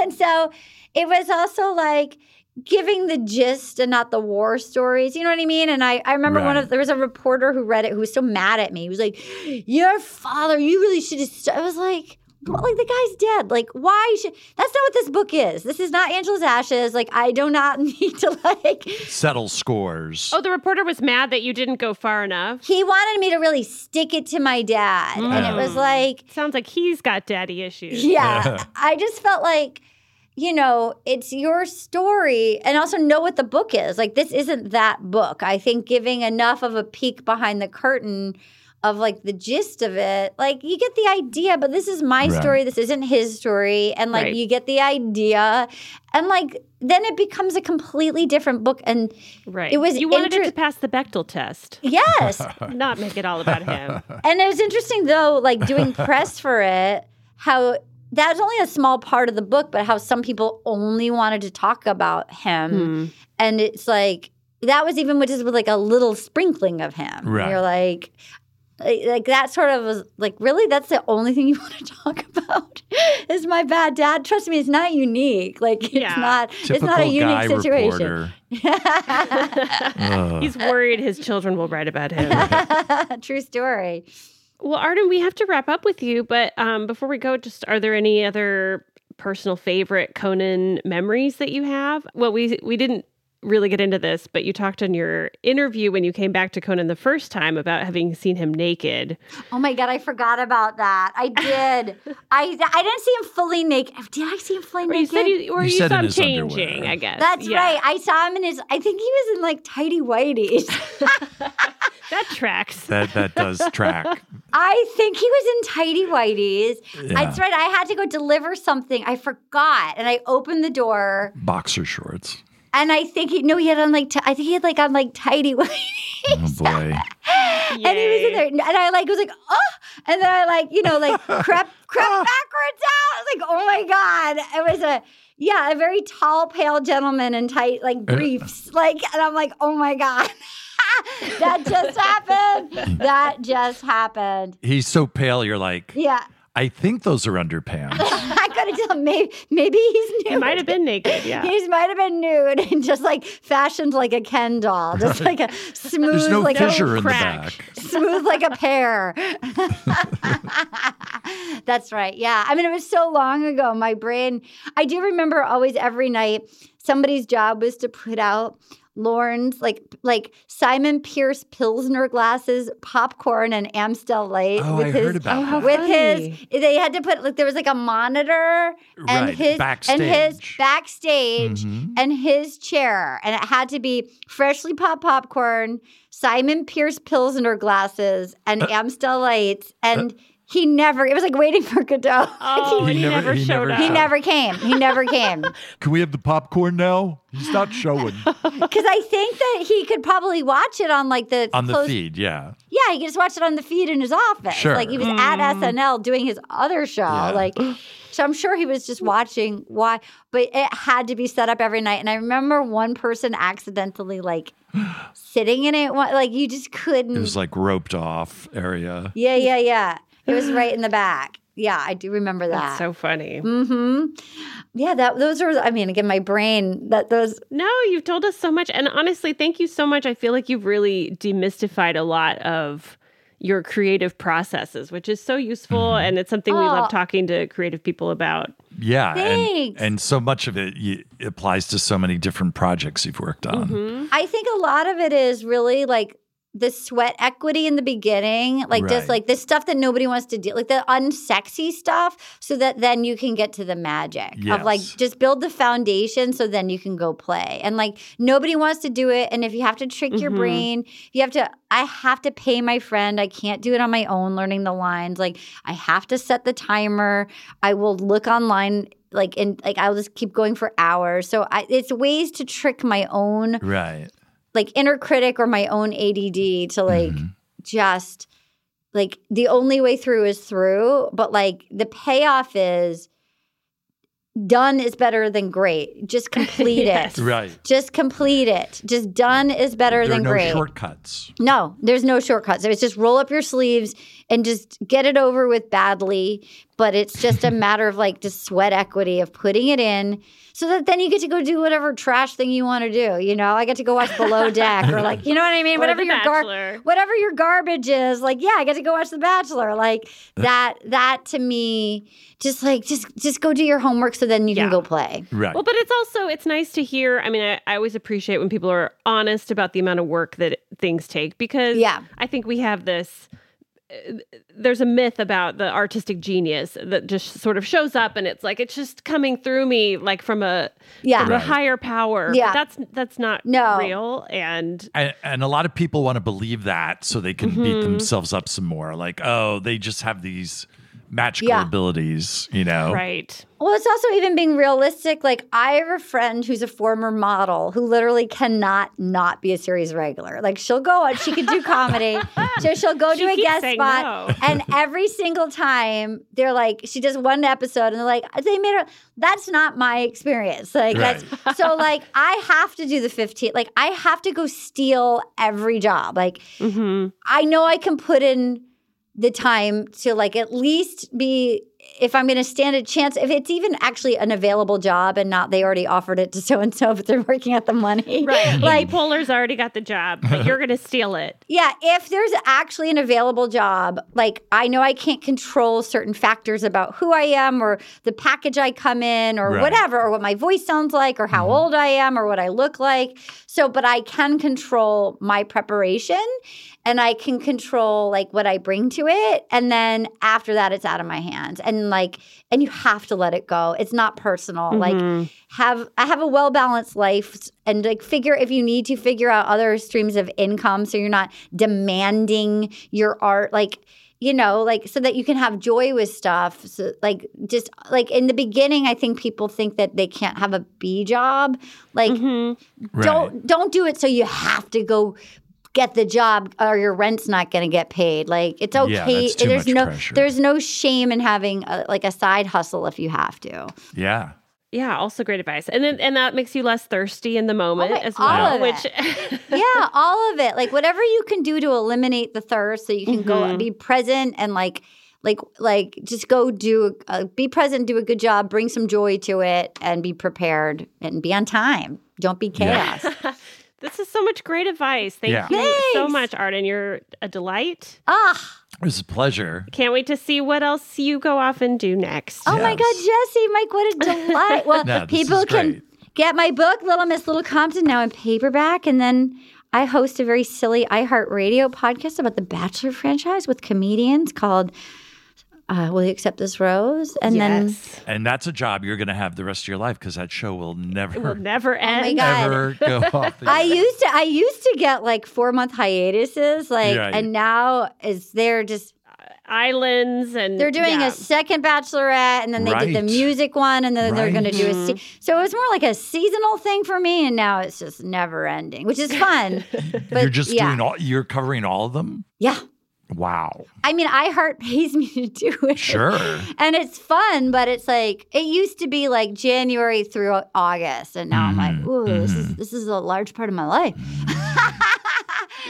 [SPEAKER 6] and so it was also like giving the gist and not the war stories. You know what I mean? And I, I remember one
[SPEAKER 5] Right.
[SPEAKER 6] of there was a reporter who read it who was so mad at me. He was like, Your father, you really should have st-" I was like, well, like the guy's dead. Like, why should that's not what this book is. This is not Angela's Ashes. Like, I do not need to like
[SPEAKER 5] Settle scores.
[SPEAKER 4] Oh, the reporter was mad that you didn't go far enough.
[SPEAKER 6] he wanted me to really stick it to my dad. And it was like
[SPEAKER 4] Sounds like he's got daddy issues.
[SPEAKER 6] Yeah. I just felt like, you know, it's your story and also know what the book is. Like, this isn't that book. I think giving enough of a peek behind the curtain of like the gist of it, like, you get the idea, but this is my
[SPEAKER 5] Right.
[SPEAKER 6] story. This isn't his story. And like,
[SPEAKER 4] Right.
[SPEAKER 6] you get the idea. And like, then it becomes a completely different book. And
[SPEAKER 4] Right.
[SPEAKER 6] It was
[SPEAKER 4] you wanted him
[SPEAKER 6] inter-
[SPEAKER 4] to pass the Bechtel test,
[SPEAKER 6] yes,
[SPEAKER 4] not make it all about him.
[SPEAKER 6] And it was interesting though, like doing press for it, how that was only a small part of the book, but how some people only wanted to talk about him.
[SPEAKER 4] Hmm.
[SPEAKER 6] And it's like that was even with just with like a little sprinkling of him.
[SPEAKER 5] Right.
[SPEAKER 6] You're like like like that sort of was like really that's the only thing you want to talk about is my bad dad trust me it's not unique like it's
[SPEAKER 4] Yeah.
[SPEAKER 6] not it's
[SPEAKER 5] Typical
[SPEAKER 6] not a
[SPEAKER 5] guy
[SPEAKER 6] unique situation
[SPEAKER 5] reporter. Ugh.
[SPEAKER 4] He's worried his children will write about him.
[SPEAKER 6] true story
[SPEAKER 4] well, Arden, we have to wrap up with you, but um, before we go, just are there any other personal favorite Conan memories that you have? Well, we we didn't really get into this, but you talked in your interview when you came back to Conan the first time about having seen him naked.
[SPEAKER 6] Oh my god, I forgot about that. I did. I I didn't see him fully naked. Did I see him
[SPEAKER 4] Or
[SPEAKER 6] fully
[SPEAKER 4] you
[SPEAKER 6] naked?
[SPEAKER 4] said you, or
[SPEAKER 5] You
[SPEAKER 4] you,
[SPEAKER 5] said in
[SPEAKER 4] saw him
[SPEAKER 5] his
[SPEAKER 4] changing,
[SPEAKER 5] underwear.
[SPEAKER 4] I guess.
[SPEAKER 6] That's
[SPEAKER 4] Yeah.
[SPEAKER 6] right. I saw him in his. I think he was in like tidy whities.
[SPEAKER 4] That tracks.
[SPEAKER 5] that that does track.
[SPEAKER 6] I think he was in tidy whities.
[SPEAKER 5] Yeah.
[SPEAKER 6] That's right. I had to go deliver something. I forgot, and I opened the door,
[SPEAKER 5] Boxer shorts.
[SPEAKER 6] and I think he no, he had on like t- I think he had like on like tidy whities,
[SPEAKER 5] Oh boy.
[SPEAKER 6] and he was in
[SPEAKER 4] Yay.
[SPEAKER 6] there, and I like was like oh, and then I like you know like crept crept backwards out. I was like oh my god, it was a. Yeah, a very tall, pale gentleman in tight like
[SPEAKER 5] Uh.
[SPEAKER 6] briefs. Like, and I'm like, oh my god, that just happened. That just happened.
[SPEAKER 5] He's so pale. You're like,
[SPEAKER 6] Yeah,
[SPEAKER 5] I think those are underpants.
[SPEAKER 6] I could have told. Maybe, maybe he's nude.
[SPEAKER 4] It might have been naked. Yeah.
[SPEAKER 6] He might have been nude and just like fashioned like a Ken doll, just like a smooth,
[SPEAKER 5] There's no
[SPEAKER 6] like
[SPEAKER 5] fissure in the
[SPEAKER 4] crack.
[SPEAKER 5] back.
[SPEAKER 6] a smooth like a pear. That's right. Yeah. I mean, it was so long ago. My brain. I do remember always every night somebody's job was to put out. Lauren's like like Simon Pierce Pilsner glasses, popcorn, and Amstel Light
[SPEAKER 5] Oh,
[SPEAKER 6] with
[SPEAKER 5] I
[SPEAKER 6] his
[SPEAKER 5] heard about that.
[SPEAKER 6] with
[SPEAKER 4] funny.
[SPEAKER 6] his they had to put like there was like a monitor and
[SPEAKER 5] Right,
[SPEAKER 6] his and his
[SPEAKER 5] backstage.
[SPEAKER 6] backstage
[SPEAKER 5] Mm-hmm.
[SPEAKER 6] and his chair and it had to be freshly popped popcorn simon pierce pilsner glasses and
[SPEAKER 5] Uh.
[SPEAKER 6] amstel lights and he never it was like waiting for godot
[SPEAKER 4] Oh,
[SPEAKER 6] he,
[SPEAKER 4] and he
[SPEAKER 5] never-
[SPEAKER 4] never,
[SPEAKER 5] he
[SPEAKER 4] showed
[SPEAKER 5] never
[SPEAKER 4] up.
[SPEAKER 6] he never came he never came
[SPEAKER 5] Can we have the popcorn now? He's not showing
[SPEAKER 6] because i think that he could probably watch it on like the
[SPEAKER 5] on the
[SPEAKER 6] closed-
[SPEAKER 5] feed. Yeah.
[SPEAKER 6] yeah he could just watch it on the feed in his office
[SPEAKER 5] Sure.
[SPEAKER 6] like he was at
[SPEAKER 4] Mm.
[SPEAKER 6] snl doing his other show
[SPEAKER 5] Yeah.
[SPEAKER 6] like so i'm sure he was just watching why but it had to be set up every night and i remember one person accidentally like sitting in it one- like you just couldn't
[SPEAKER 5] It was like roped off area.
[SPEAKER 6] yeah yeah yeah it was right in the back yeah i do remember that
[SPEAKER 4] That's so funny.
[SPEAKER 6] yeah that those are i mean again my brain that those
[SPEAKER 4] No, you've told us so much. And honestly, thank you so much. I feel like you've really demystified a lot of your creative processes, which is so useful. And it's something we love
[SPEAKER 6] Oh.
[SPEAKER 4] talking to creative people about.
[SPEAKER 5] Yeah. And,
[SPEAKER 6] Thanks.
[SPEAKER 5] and so much of it y applies to so many different projects you've worked on.
[SPEAKER 6] I think a lot of it is really like the sweat equity in the beginning, like just
[SPEAKER 5] Right.
[SPEAKER 6] like the stuff that nobody wants to do, like the unsexy stuff, so that then you can get to the magic of like
[SPEAKER 5] Yes.
[SPEAKER 6] just build the foundation so then you can go play. And like nobody wants to do it. And if you have to trick your
[SPEAKER 5] Mm-hmm.
[SPEAKER 6] brain, you have to, I have to pay my friend. I can't do it on my own learning the lines. Like I have to set the timer. I will look online. Like and like I'll just keep going for hours. So I, it's ways to trick my own
[SPEAKER 5] Right.
[SPEAKER 6] like inner critic or my own ADD to like
[SPEAKER 5] Mm-hmm.
[SPEAKER 6] just like the only way through is through, but like the payoff is done is better than great. Just complete it.
[SPEAKER 5] Right.
[SPEAKER 6] Just complete it. Just done is better
[SPEAKER 5] there are
[SPEAKER 6] than
[SPEAKER 5] no
[SPEAKER 6] great.
[SPEAKER 5] shortcuts.
[SPEAKER 6] no, there's no shortcuts. It's just roll up your sleeves and just get it over with badly. But it's just a matter of like just sweat equity of putting it in so that then you get to go do whatever trash thing you want to do. You know, I get to go watch Below Deck or like, you know what I mean?
[SPEAKER 4] Or
[SPEAKER 6] whatever
[SPEAKER 4] The
[SPEAKER 6] your gar-
[SPEAKER 4] Bachelor.
[SPEAKER 6] whatever your garbage is, like, yeah, I get to go watch The Bachelor. Like that, that to me, just like, just, just go do your homework so then you
[SPEAKER 4] Yeah.
[SPEAKER 6] can go play.
[SPEAKER 5] Right.
[SPEAKER 4] Well, but it's also it's nice to hear. I mean, I, I always appreciate when people are honest about the amount of work that things take because
[SPEAKER 6] Yeah.
[SPEAKER 4] I think we have this. uh, There's a myth about the artistic genius that just sort of shows up, and it's like it's just coming through me, like from a
[SPEAKER 6] Yeah.
[SPEAKER 4] from a higher power. But
[SPEAKER 6] Yeah.
[SPEAKER 4] that's that's not
[SPEAKER 6] No.
[SPEAKER 4] real, and
[SPEAKER 5] and, and a lot of people want to believe that so they can
[SPEAKER 6] Mm-hmm.
[SPEAKER 5] beat themselves up some more. Like, oh, they just have these magical
[SPEAKER 6] Yeah.
[SPEAKER 5] abilities, you know?
[SPEAKER 4] right.
[SPEAKER 6] Well, it's also even being realistic. Like, I have a friend who's a former model who literally cannot not be a series regular. Like, she'll go out, she could do comedy. so she'll go
[SPEAKER 4] She
[SPEAKER 6] to a
[SPEAKER 4] keeps
[SPEAKER 6] guest
[SPEAKER 4] saying
[SPEAKER 6] spot.
[SPEAKER 4] no.
[SPEAKER 6] And every single time, they're like, she does one episode and they're like, they made her, that's not my experience. Like, that's, so like, I have to do the 15, like, I have to go steal every job. Like,
[SPEAKER 4] Mm-hmm.
[SPEAKER 6] I know I can put in the time to like at least be if I'm going to stand a chance if it's even actually an available job and not they already offered it to so and so but they're working at the money.
[SPEAKER 4] Right.
[SPEAKER 6] like
[SPEAKER 4] Amy Poehler's already got the job, but you're going to steal it.
[SPEAKER 6] yeah, if there's actually an available job, like I know I can't control certain factors about who I am or the package I come in or
[SPEAKER 5] Right.
[SPEAKER 6] whatever, or what my voice sounds like or how old I am or what I look like. So, but I can control my preparation and I can control like what I bring to it. And then after that, it's out of my hands. And like, and you have to let it go. It's not personal.
[SPEAKER 4] Mm-hmm.
[SPEAKER 6] Like, have I have a well balanced life and like figure if you need to figure out other streams of income so you're not demanding your art like you know like so that you can have joy with stuff so like just like in the beginning i think people think that they can't have a b job like don't don't do it so you have to go get the job or your rent's not going to get paid like it's okay
[SPEAKER 5] Yeah, that's too
[SPEAKER 6] there's
[SPEAKER 5] much
[SPEAKER 6] no
[SPEAKER 5] pressure.
[SPEAKER 6] there's no shame in having a, like a side hustle if you have to
[SPEAKER 5] Yeah.
[SPEAKER 4] Yeah, also great advice. And then and that makes you less thirsty in the moment
[SPEAKER 6] Oh my-
[SPEAKER 4] as
[SPEAKER 6] all
[SPEAKER 4] well,
[SPEAKER 6] of
[SPEAKER 4] which
[SPEAKER 6] yeah, all of it. Like whatever you can do to eliminate the thirst, so you can go
[SPEAKER 5] Mm-hmm.
[SPEAKER 6] and be present and like, like, like just go do, uh, be present, do a good job, bring some joy to it, and be prepared and be on time. Don't be chaos.
[SPEAKER 4] This is so much great advice. Thank
[SPEAKER 5] Yeah.
[SPEAKER 4] you so
[SPEAKER 6] Thanks.
[SPEAKER 4] much, Arden. You're a delight.
[SPEAKER 6] ah,
[SPEAKER 5] It was a pleasure.
[SPEAKER 4] Can't wait to see what else you go off and do next.
[SPEAKER 6] oh my
[SPEAKER 5] Yes.
[SPEAKER 6] God, Jesse, Mike, what a delight. Well,
[SPEAKER 5] No, this
[SPEAKER 6] people
[SPEAKER 5] is
[SPEAKER 6] can get my book, Little Miss Little Compton, now in paperback, and then. I host a very silly iHeartRadio podcast about the Bachelor franchise with comedians called uh, Will You Accept This Rose? And then
[SPEAKER 4] yes.
[SPEAKER 5] And that's a job you're going to have the rest of your life because that show will never,
[SPEAKER 4] will never end.
[SPEAKER 6] Oh my God.
[SPEAKER 5] ever go off. The
[SPEAKER 6] I
[SPEAKER 5] air.
[SPEAKER 6] used to I used to get like four month hiatuses, like
[SPEAKER 5] Right.
[SPEAKER 6] and now is they're just
[SPEAKER 4] Islands and
[SPEAKER 6] they're doing
[SPEAKER 4] yeah.
[SPEAKER 6] a second bachelorette and then they did the
[SPEAKER 5] Right.
[SPEAKER 6] music one and then they're gonna do a se- so it was more like a seasonal thing for me and now it's just never ending, which is fun. but
[SPEAKER 5] you're just
[SPEAKER 6] yeah.
[SPEAKER 5] doing all, you're covering all of them?
[SPEAKER 6] Yeah.
[SPEAKER 5] Wow.
[SPEAKER 6] I mean iHeart pays me to do it.
[SPEAKER 5] Sure.
[SPEAKER 6] And it's fun, but it's like it used to be like January through August, and now I'm like,
[SPEAKER 5] Mm-hmm.
[SPEAKER 6] ooh, this is this is a large part of my life.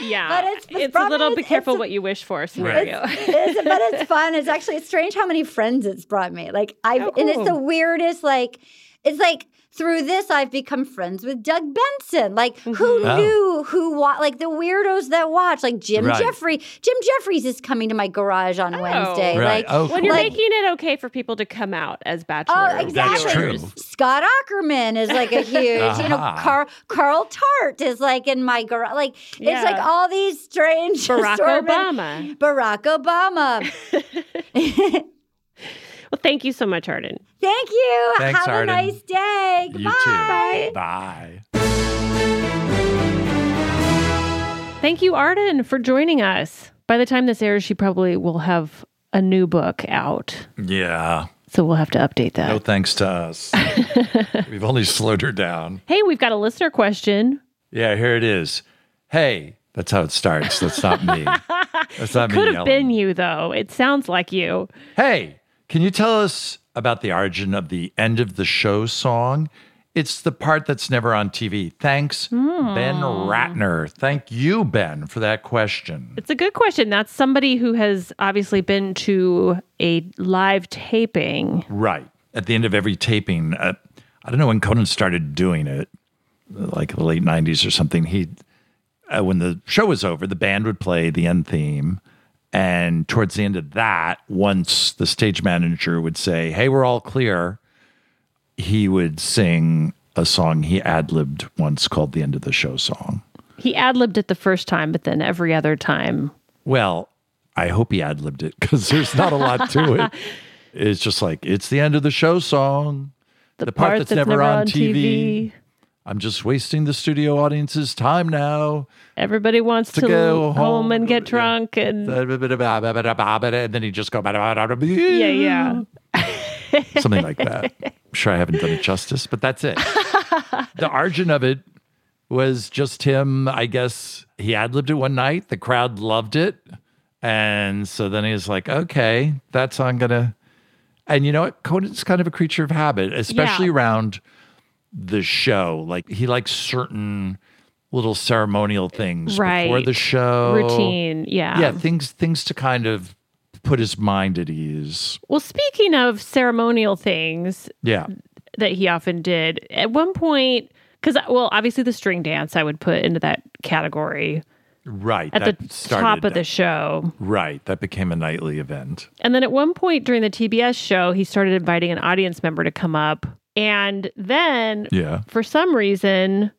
[SPEAKER 4] yeah.
[SPEAKER 6] but it's- the
[SPEAKER 4] a
[SPEAKER 6] problem
[SPEAKER 4] little
[SPEAKER 6] is
[SPEAKER 4] be
[SPEAKER 6] it's
[SPEAKER 4] careful
[SPEAKER 6] a-
[SPEAKER 4] what you wish for
[SPEAKER 5] Right.
[SPEAKER 4] scenario.
[SPEAKER 6] it's, but it's fun. It's actually it's strange how many friends it's brought me. Like I have and it's the weirdest. Like it's like through this I've become friends with Doug Benson. Like
[SPEAKER 4] Mm-hmm.
[SPEAKER 6] who
[SPEAKER 5] Oh.
[SPEAKER 6] knew who wa- like the weirdos that watch like Jim
[SPEAKER 5] Right.
[SPEAKER 6] Jeffrey. Jim Jeffries is coming to my garage on Wednesday.
[SPEAKER 5] Right.
[SPEAKER 6] Like
[SPEAKER 5] Oh,
[SPEAKER 4] when you're
[SPEAKER 5] cool.
[SPEAKER 6] like-
[SPEAKER 4] making it okay for people to come out as bachelor.
[SPEAKER 6] Oh, exactly.
[SPEAKER 5] That's true.
[SPEAKER 6] Scott Ackerman is like a huge, you know,
[SPEAKER 5] Uh-huh.
[SPEAKER 6] Carl, Carl Tart is like in my garage. Like,
[SPEAKER 4] Yeah.
[SPEAKER 6] it's like all these strange
[SPEAKER 4] Barack
[SPEAKER 6] assortment-
[SPEAKER 4] Obama.
[SPEAKER 6] Barack Obama.
[SPEAKER 4] Well, thank you so much, Arden.
[SPEAKER 6] Thank you.
[SPEAKER 5] Thanks,
[SPEAKER 6] Have
[SPEAKER 5] Arden.
[SPEAKER 6] a nice day.
[SPEAKER 5] You
[SPEAKER 6] Goodbye.
[SPEAKER 5] too. Bye.
[SPEAKER 4] Thank you, Arden, for joining us. By the time this airs, she probably will have a new book out.
[SPEAKER 5] Yeah.
[SPEAKER 4] So we'll have to update that.
[SPEAKER 5] No thanks to us. We've only slowed her down.
[SPEAKER 4] Hey, we've got a listener question.
[SPEAKER 5] Yeah, here it is. Hey, that's how it starts. That's not me. That's not me.
[SPEAKER 4] Could have
[SPEAKER 5] yelling.
[SPEAKER 4] been you, though. It sounds like you.
[SPEAKER 5] Hey, can you tell us about the origin of the end of the show song? It's the part that's never on TV. Thanks, Ben Ratner. Thank you, Ben, for that question.
[SPEAKER 4] It's a good question. That's somebody who has obviously been to a live taping.
[SPEAKER 5] Right. At the end of every taping, uh, I don't know when Conan started doing it, like the late 90s or something. He, uh, when the show was over, the band would play the end theme. And towards the end of that, once the stage manager would say, Hey, we're all clear, he would sing a song he ad libbed once called the end of the show song.
[SPEAKER 4] He ad libbed it the first time, but then every other time.
[SPEAKER 5] Well, I hope he ad libbed it because there's not a lot to it. It's just like, it's the end of the show song. The, part, that's, never, on, TV. I'm just wasting the studio audience's time now.
[SPEAKER 4] Everybody wants
[SPEAKER 5] To go
[SPEAKER 4] to, go home,
[SPEAKER 5] home,
[SPEAKER 4] and get
[SPEAKER 5] yeah.
[SPEAKER 4] drunk and
[SPEAKER 5] And then he just go,
[SPEAKER 4] yeah, yeah.
[SPEAKER 5] something like that. I'm sure I haven't done it justice, but that's it. The origin of it was just him, I guess he ad libbed it one night. The crowd loved it. And so then he's like, okay, that's how I'm going to. And you know what? Conan's kind of a creature of habit, especially
[SPEAKER 4] Yeah.
[SPEAKER 5] around the show. Like he likes certain little ceremonial things before
[SPEAKER 4] Right.
[SPEAKER 5] the show.
[SPEAKER 4] Routine, yeah.
[SPEAKER 5] Oh. Yeah, things things to kind of put his mind at ease.
[SPEAKER 4] Well, speaking of ceremonial things,
[SPEAKER 5] Yeah.
[SPEAKER 4] that he often did. At one point, because well, obviously the string dance I would put into that category
[SPEAKER 5] Right.
[SPEAKER 4] at the
[SPEAKER 5] that started
[SPEAKER 4] top of
[SPEAKER 5] that.
[SPEAKER 4] the show.
[SPEAKER 5] Right. That became a nightly event.
[SPEAKER 4] And then at one point during the TBS show, he started inviting an audience member to come up. And then
[SPEAKER 5] Yeah.
[SPEAKER 4] for some reason,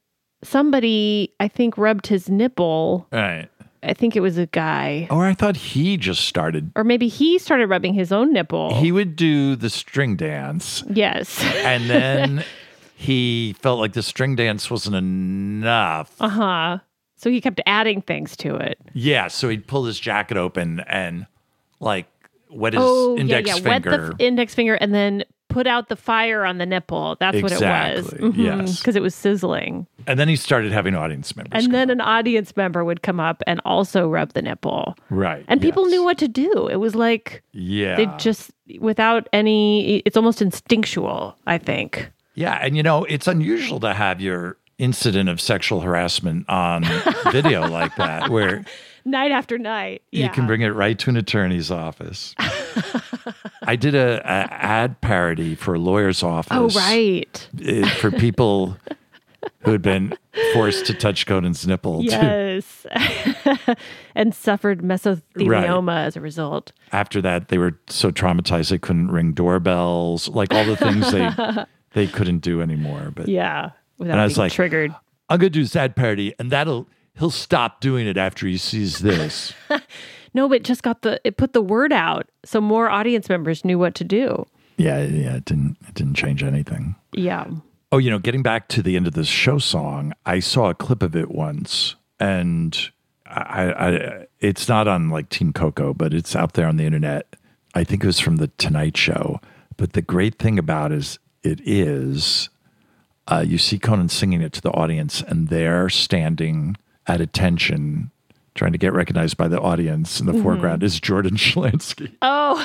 [SPEAKER 4] somebody I think rubbed his nipple.
[SPEAKER 5] Right.
[SPEAKER 4] I think it was a guy.
[SPEAKER 5] Or I thought he just started.
[SPEAKER 4] Or maybe he started rubbing his own nipple.
[SPEAKER 5] He would do the string dance
[SPEAKER 4] yes.
[SPEAKER 5] and then he felt like the string dance wasn't enough.
[SPEAKER 4] Uh huh. So he kept adding things to it.
[SPEAKER 5] Yeah. So he'd pull his jacket open and like wet his
[SPEAKER 4] oh,
[SPEAKER 5] index
[SPEAKER 4] yeah, yeah.
[SPEAKER 5] finger.
[SPEAKER 4] Wet the f- index finger and then put out the fire on the nipple. That's what it
[SPEAKER 5] Exactly,
[SPEAKER 4] was.
[SPEAKER 5] yes.
[SPEAKER 4] Because it was sizzling.
[SPEAKER 5] and then he started having audience members.
[SPEAKER 4] and then an audience member would come up and also rub the nipple.
[SPEAKER 5] right.
[SPEAKER 4] And people
[SPEAKER 5] yes.
[SPEAKER 4] knew what to do. It was like
[SPEAKER 5] Yeah.
[SPEAKER 4] they just, without any, it's almost instinctual, I think.
[SPEAKER 5] Yeah, and you know, it's unusual to have your incident of sexual harassment on video like that, where
[SPEAKER 4] Night after night. Yeah.
[SPEAKER 5] you can bring it right to an attorney's office. I did a, a ad parody for a lawyer's
[SPEAKER 4] Oh,
[SPEAKER 5] office.
[SPEAKER 4] right.
[SPEAKER 5] uh, for people who had been forced to touch Conan's nipple too.
[SPEAKER 4] Yes. and suffered mesothelioma as a result.
[SPEAKER 5] After that, they were so traumatized they couldn't ring doorbells, like all the things they they couldn't do anymore. But
[SPEAKER 4] Yeah. Without
[SPEAKER 5] And I was
[SPEAKER 4] being
[SPEAKER 5] like,
[SPEAKER 4] triggered.
[SPEAKER 5] I'm gonna do this ad parody, and that'll he'll stop doing it after he sees this.
[SPEAKER 4] No, but it just got the it put the word out so more audience members knew what to do.
[SPEAKER 5] yeah, yeah, it didn't it didn't change anything.
[SPEAKER 4] Yeah.
[SPEAKER 5] Oh, you know, getting back to the end of this show song, I saw a clip of it once, and I, I it's not on like Team Coco, but it's out there on the internet. I think it was from the Tonight Show. But the great thing about is it is uh, you see Conan singing it to the audience, and they're standing at attention, trying to get recognized by the audience. In the foreground is Jordan Schlansky.
[SPEAKER 4] Oh.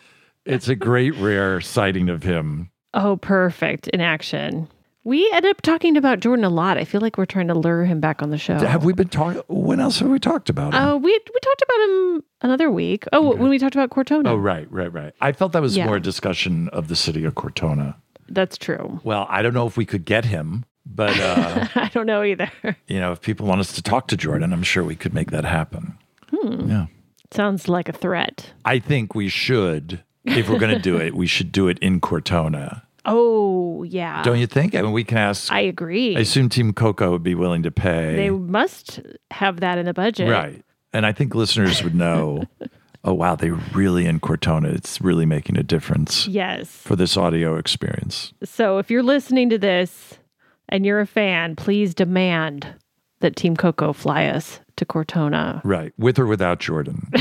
[SPEAKER 5] It's a great rare sighting of him.
[SPEAKER 4] oh, perfect. In action. We end up talking about Jordan a lot. I feel like we're trying to lure him back on the show.
[SPEAKER 5] Have we been talking? When else have we talked about him?
[SPEAKER 4] Oh, we we talked about him another week. Oh, when we talked about Cortona.
[SPEAKER 5] Oh, right, right, right. I felt that was
[SPEAKER 4] Yeah.
[SPEAKER 5] more a discussion of the city of Cortona.
[SPEAKER 4] That's true.
[SPEAKER 5] Well, I don't know if we could get him, but uh,
[SPEAKER 4] I don't know either.
[SPEAKER 5] you know, if people want us to talk to Jordan, I'm sure we could make that happen.
[SPEAKER 4] Hmm.
[SPEAKER 5] Yeah,
[SPEAKER 4] Sounds like a threat.
[SPEAKER 5] I think we should. If we're going to do it, we should do it in Cortona.
[SPEAKER 4] Oh, yeah.
[SPEAKER 5] Don't you think? I mean, we can ask.
[SPEAKER 4] I agree.
[SPEAKER 5] I assume Team Coco would be willing to pay.
[SPEAKER 4] they must have that in the budget.
[SPEAKER 5] Right. And I think listeners would know, oh, wow, they're really in Cortona. It's really making a difference
[SPEAKER 4] Yes.
[SPEAKER 5] for this audio experience.
[SPEAKER 4] So if you're listening to this and you're a fan, please demand that Team Coco fly us to Cortona.
[SPEAKER 5] Right. With or without Jordan.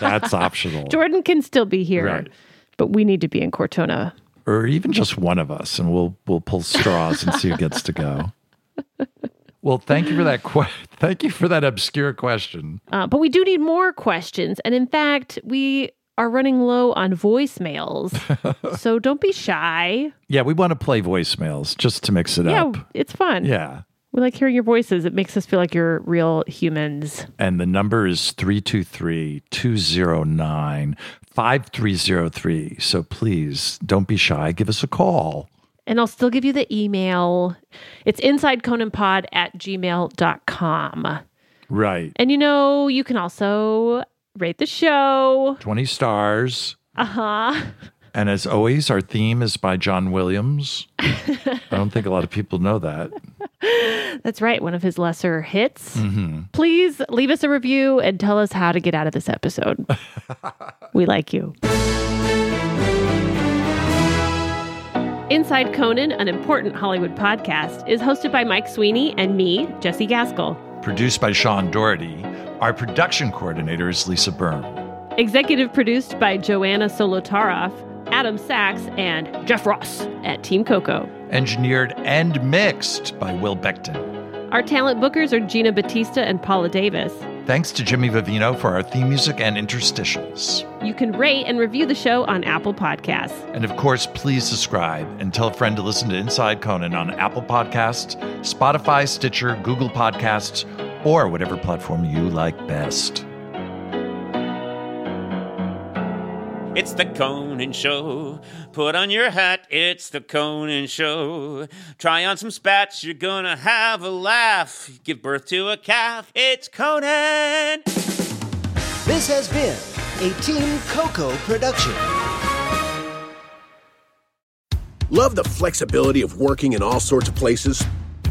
[SPEAKER 5] That's optional.
[SPEAKER 4] Jordan can still be here,
[SPEAKER 5] Right.
[SPEAKER 4] but we need to be in Cortona.
[SPEAKER 5] Or even just one of us and we'll we'll pull straws and see who gets to go. Well, thank you for that que- thank you for that obscure question.
[SPEAKER 4] Uh, but we do need more questions. And in fact, we are running low on voicemails. so don't be shy.
[SPEAKER 5] Yeah, we want to play voicemails just to mix it
[SPEAKER 4] Yeah,
[SPEAKER 5] up.
[SPEAKER 4] it's fun.
[SPEAKER 5] Yeah.
[SPEAKER 4] We like hearing your voices. It makes us feel like you're real humans.
[SPEAKER 5] And the number is 323 209 5303. So please don't be shy. Give us a call.
[SPEAKER 4] And I'll still give you the email. It's insideconanpod at gmail.com.
[SPEAKER 5] Right.
[SPEAKER 4] And you know, you can also rate the show.
[SPEAKER 5] 20 stars.
[SPEAKER 4] Uh huh.
[SPEAKER 5] And as always, our theme is by John Williams. I don't think a lot of people know that.
[SPEAKER 4] That's right, one of his lesser hits. Please leave us a review and tell us how to get out of this episode. we like you. Inside Conan, an important Hollywood podcast, is hosted by Mike Sweeney and me, Jesse Gaskell.
[SPEAKER 5] Produced by Sean Doherty. Our production coordinator is Lisa Byrne.
[SPEAKER 4] Executive produced by Joanna Solotaroff, Adam Sachs, and Jeff Ross at Team Coco.
[SPEAKER 5] Engineered and mixed by Will Beckton.
[SPEAKER 4] Our talent bookers are Gina Batista and Paula Davis.
[SPEAKER 5] Thanks to Jimmy Vivino for our theme music and interstitials.
[SPEAKER 4] You can rate and review the show on Apple Podcasts.
[SPEAKER 5] And of course, please subscribe and tell a friend to listen to Inside Conan on Apple Podcasts, Spotify, Stitcher, Google Podcasts, or whatever platform you like best.
[SPEAKER 3] It's the Conan Show. Put on your hat. It's the Conan Show. Try on some spats. You're gonna have a laugh. Give birth to a calf. It's Conan.
[SPEAKER 8] This has been a Team Coco production.
[SPEAKER 7] Love the flexibility of working in all sorts of places?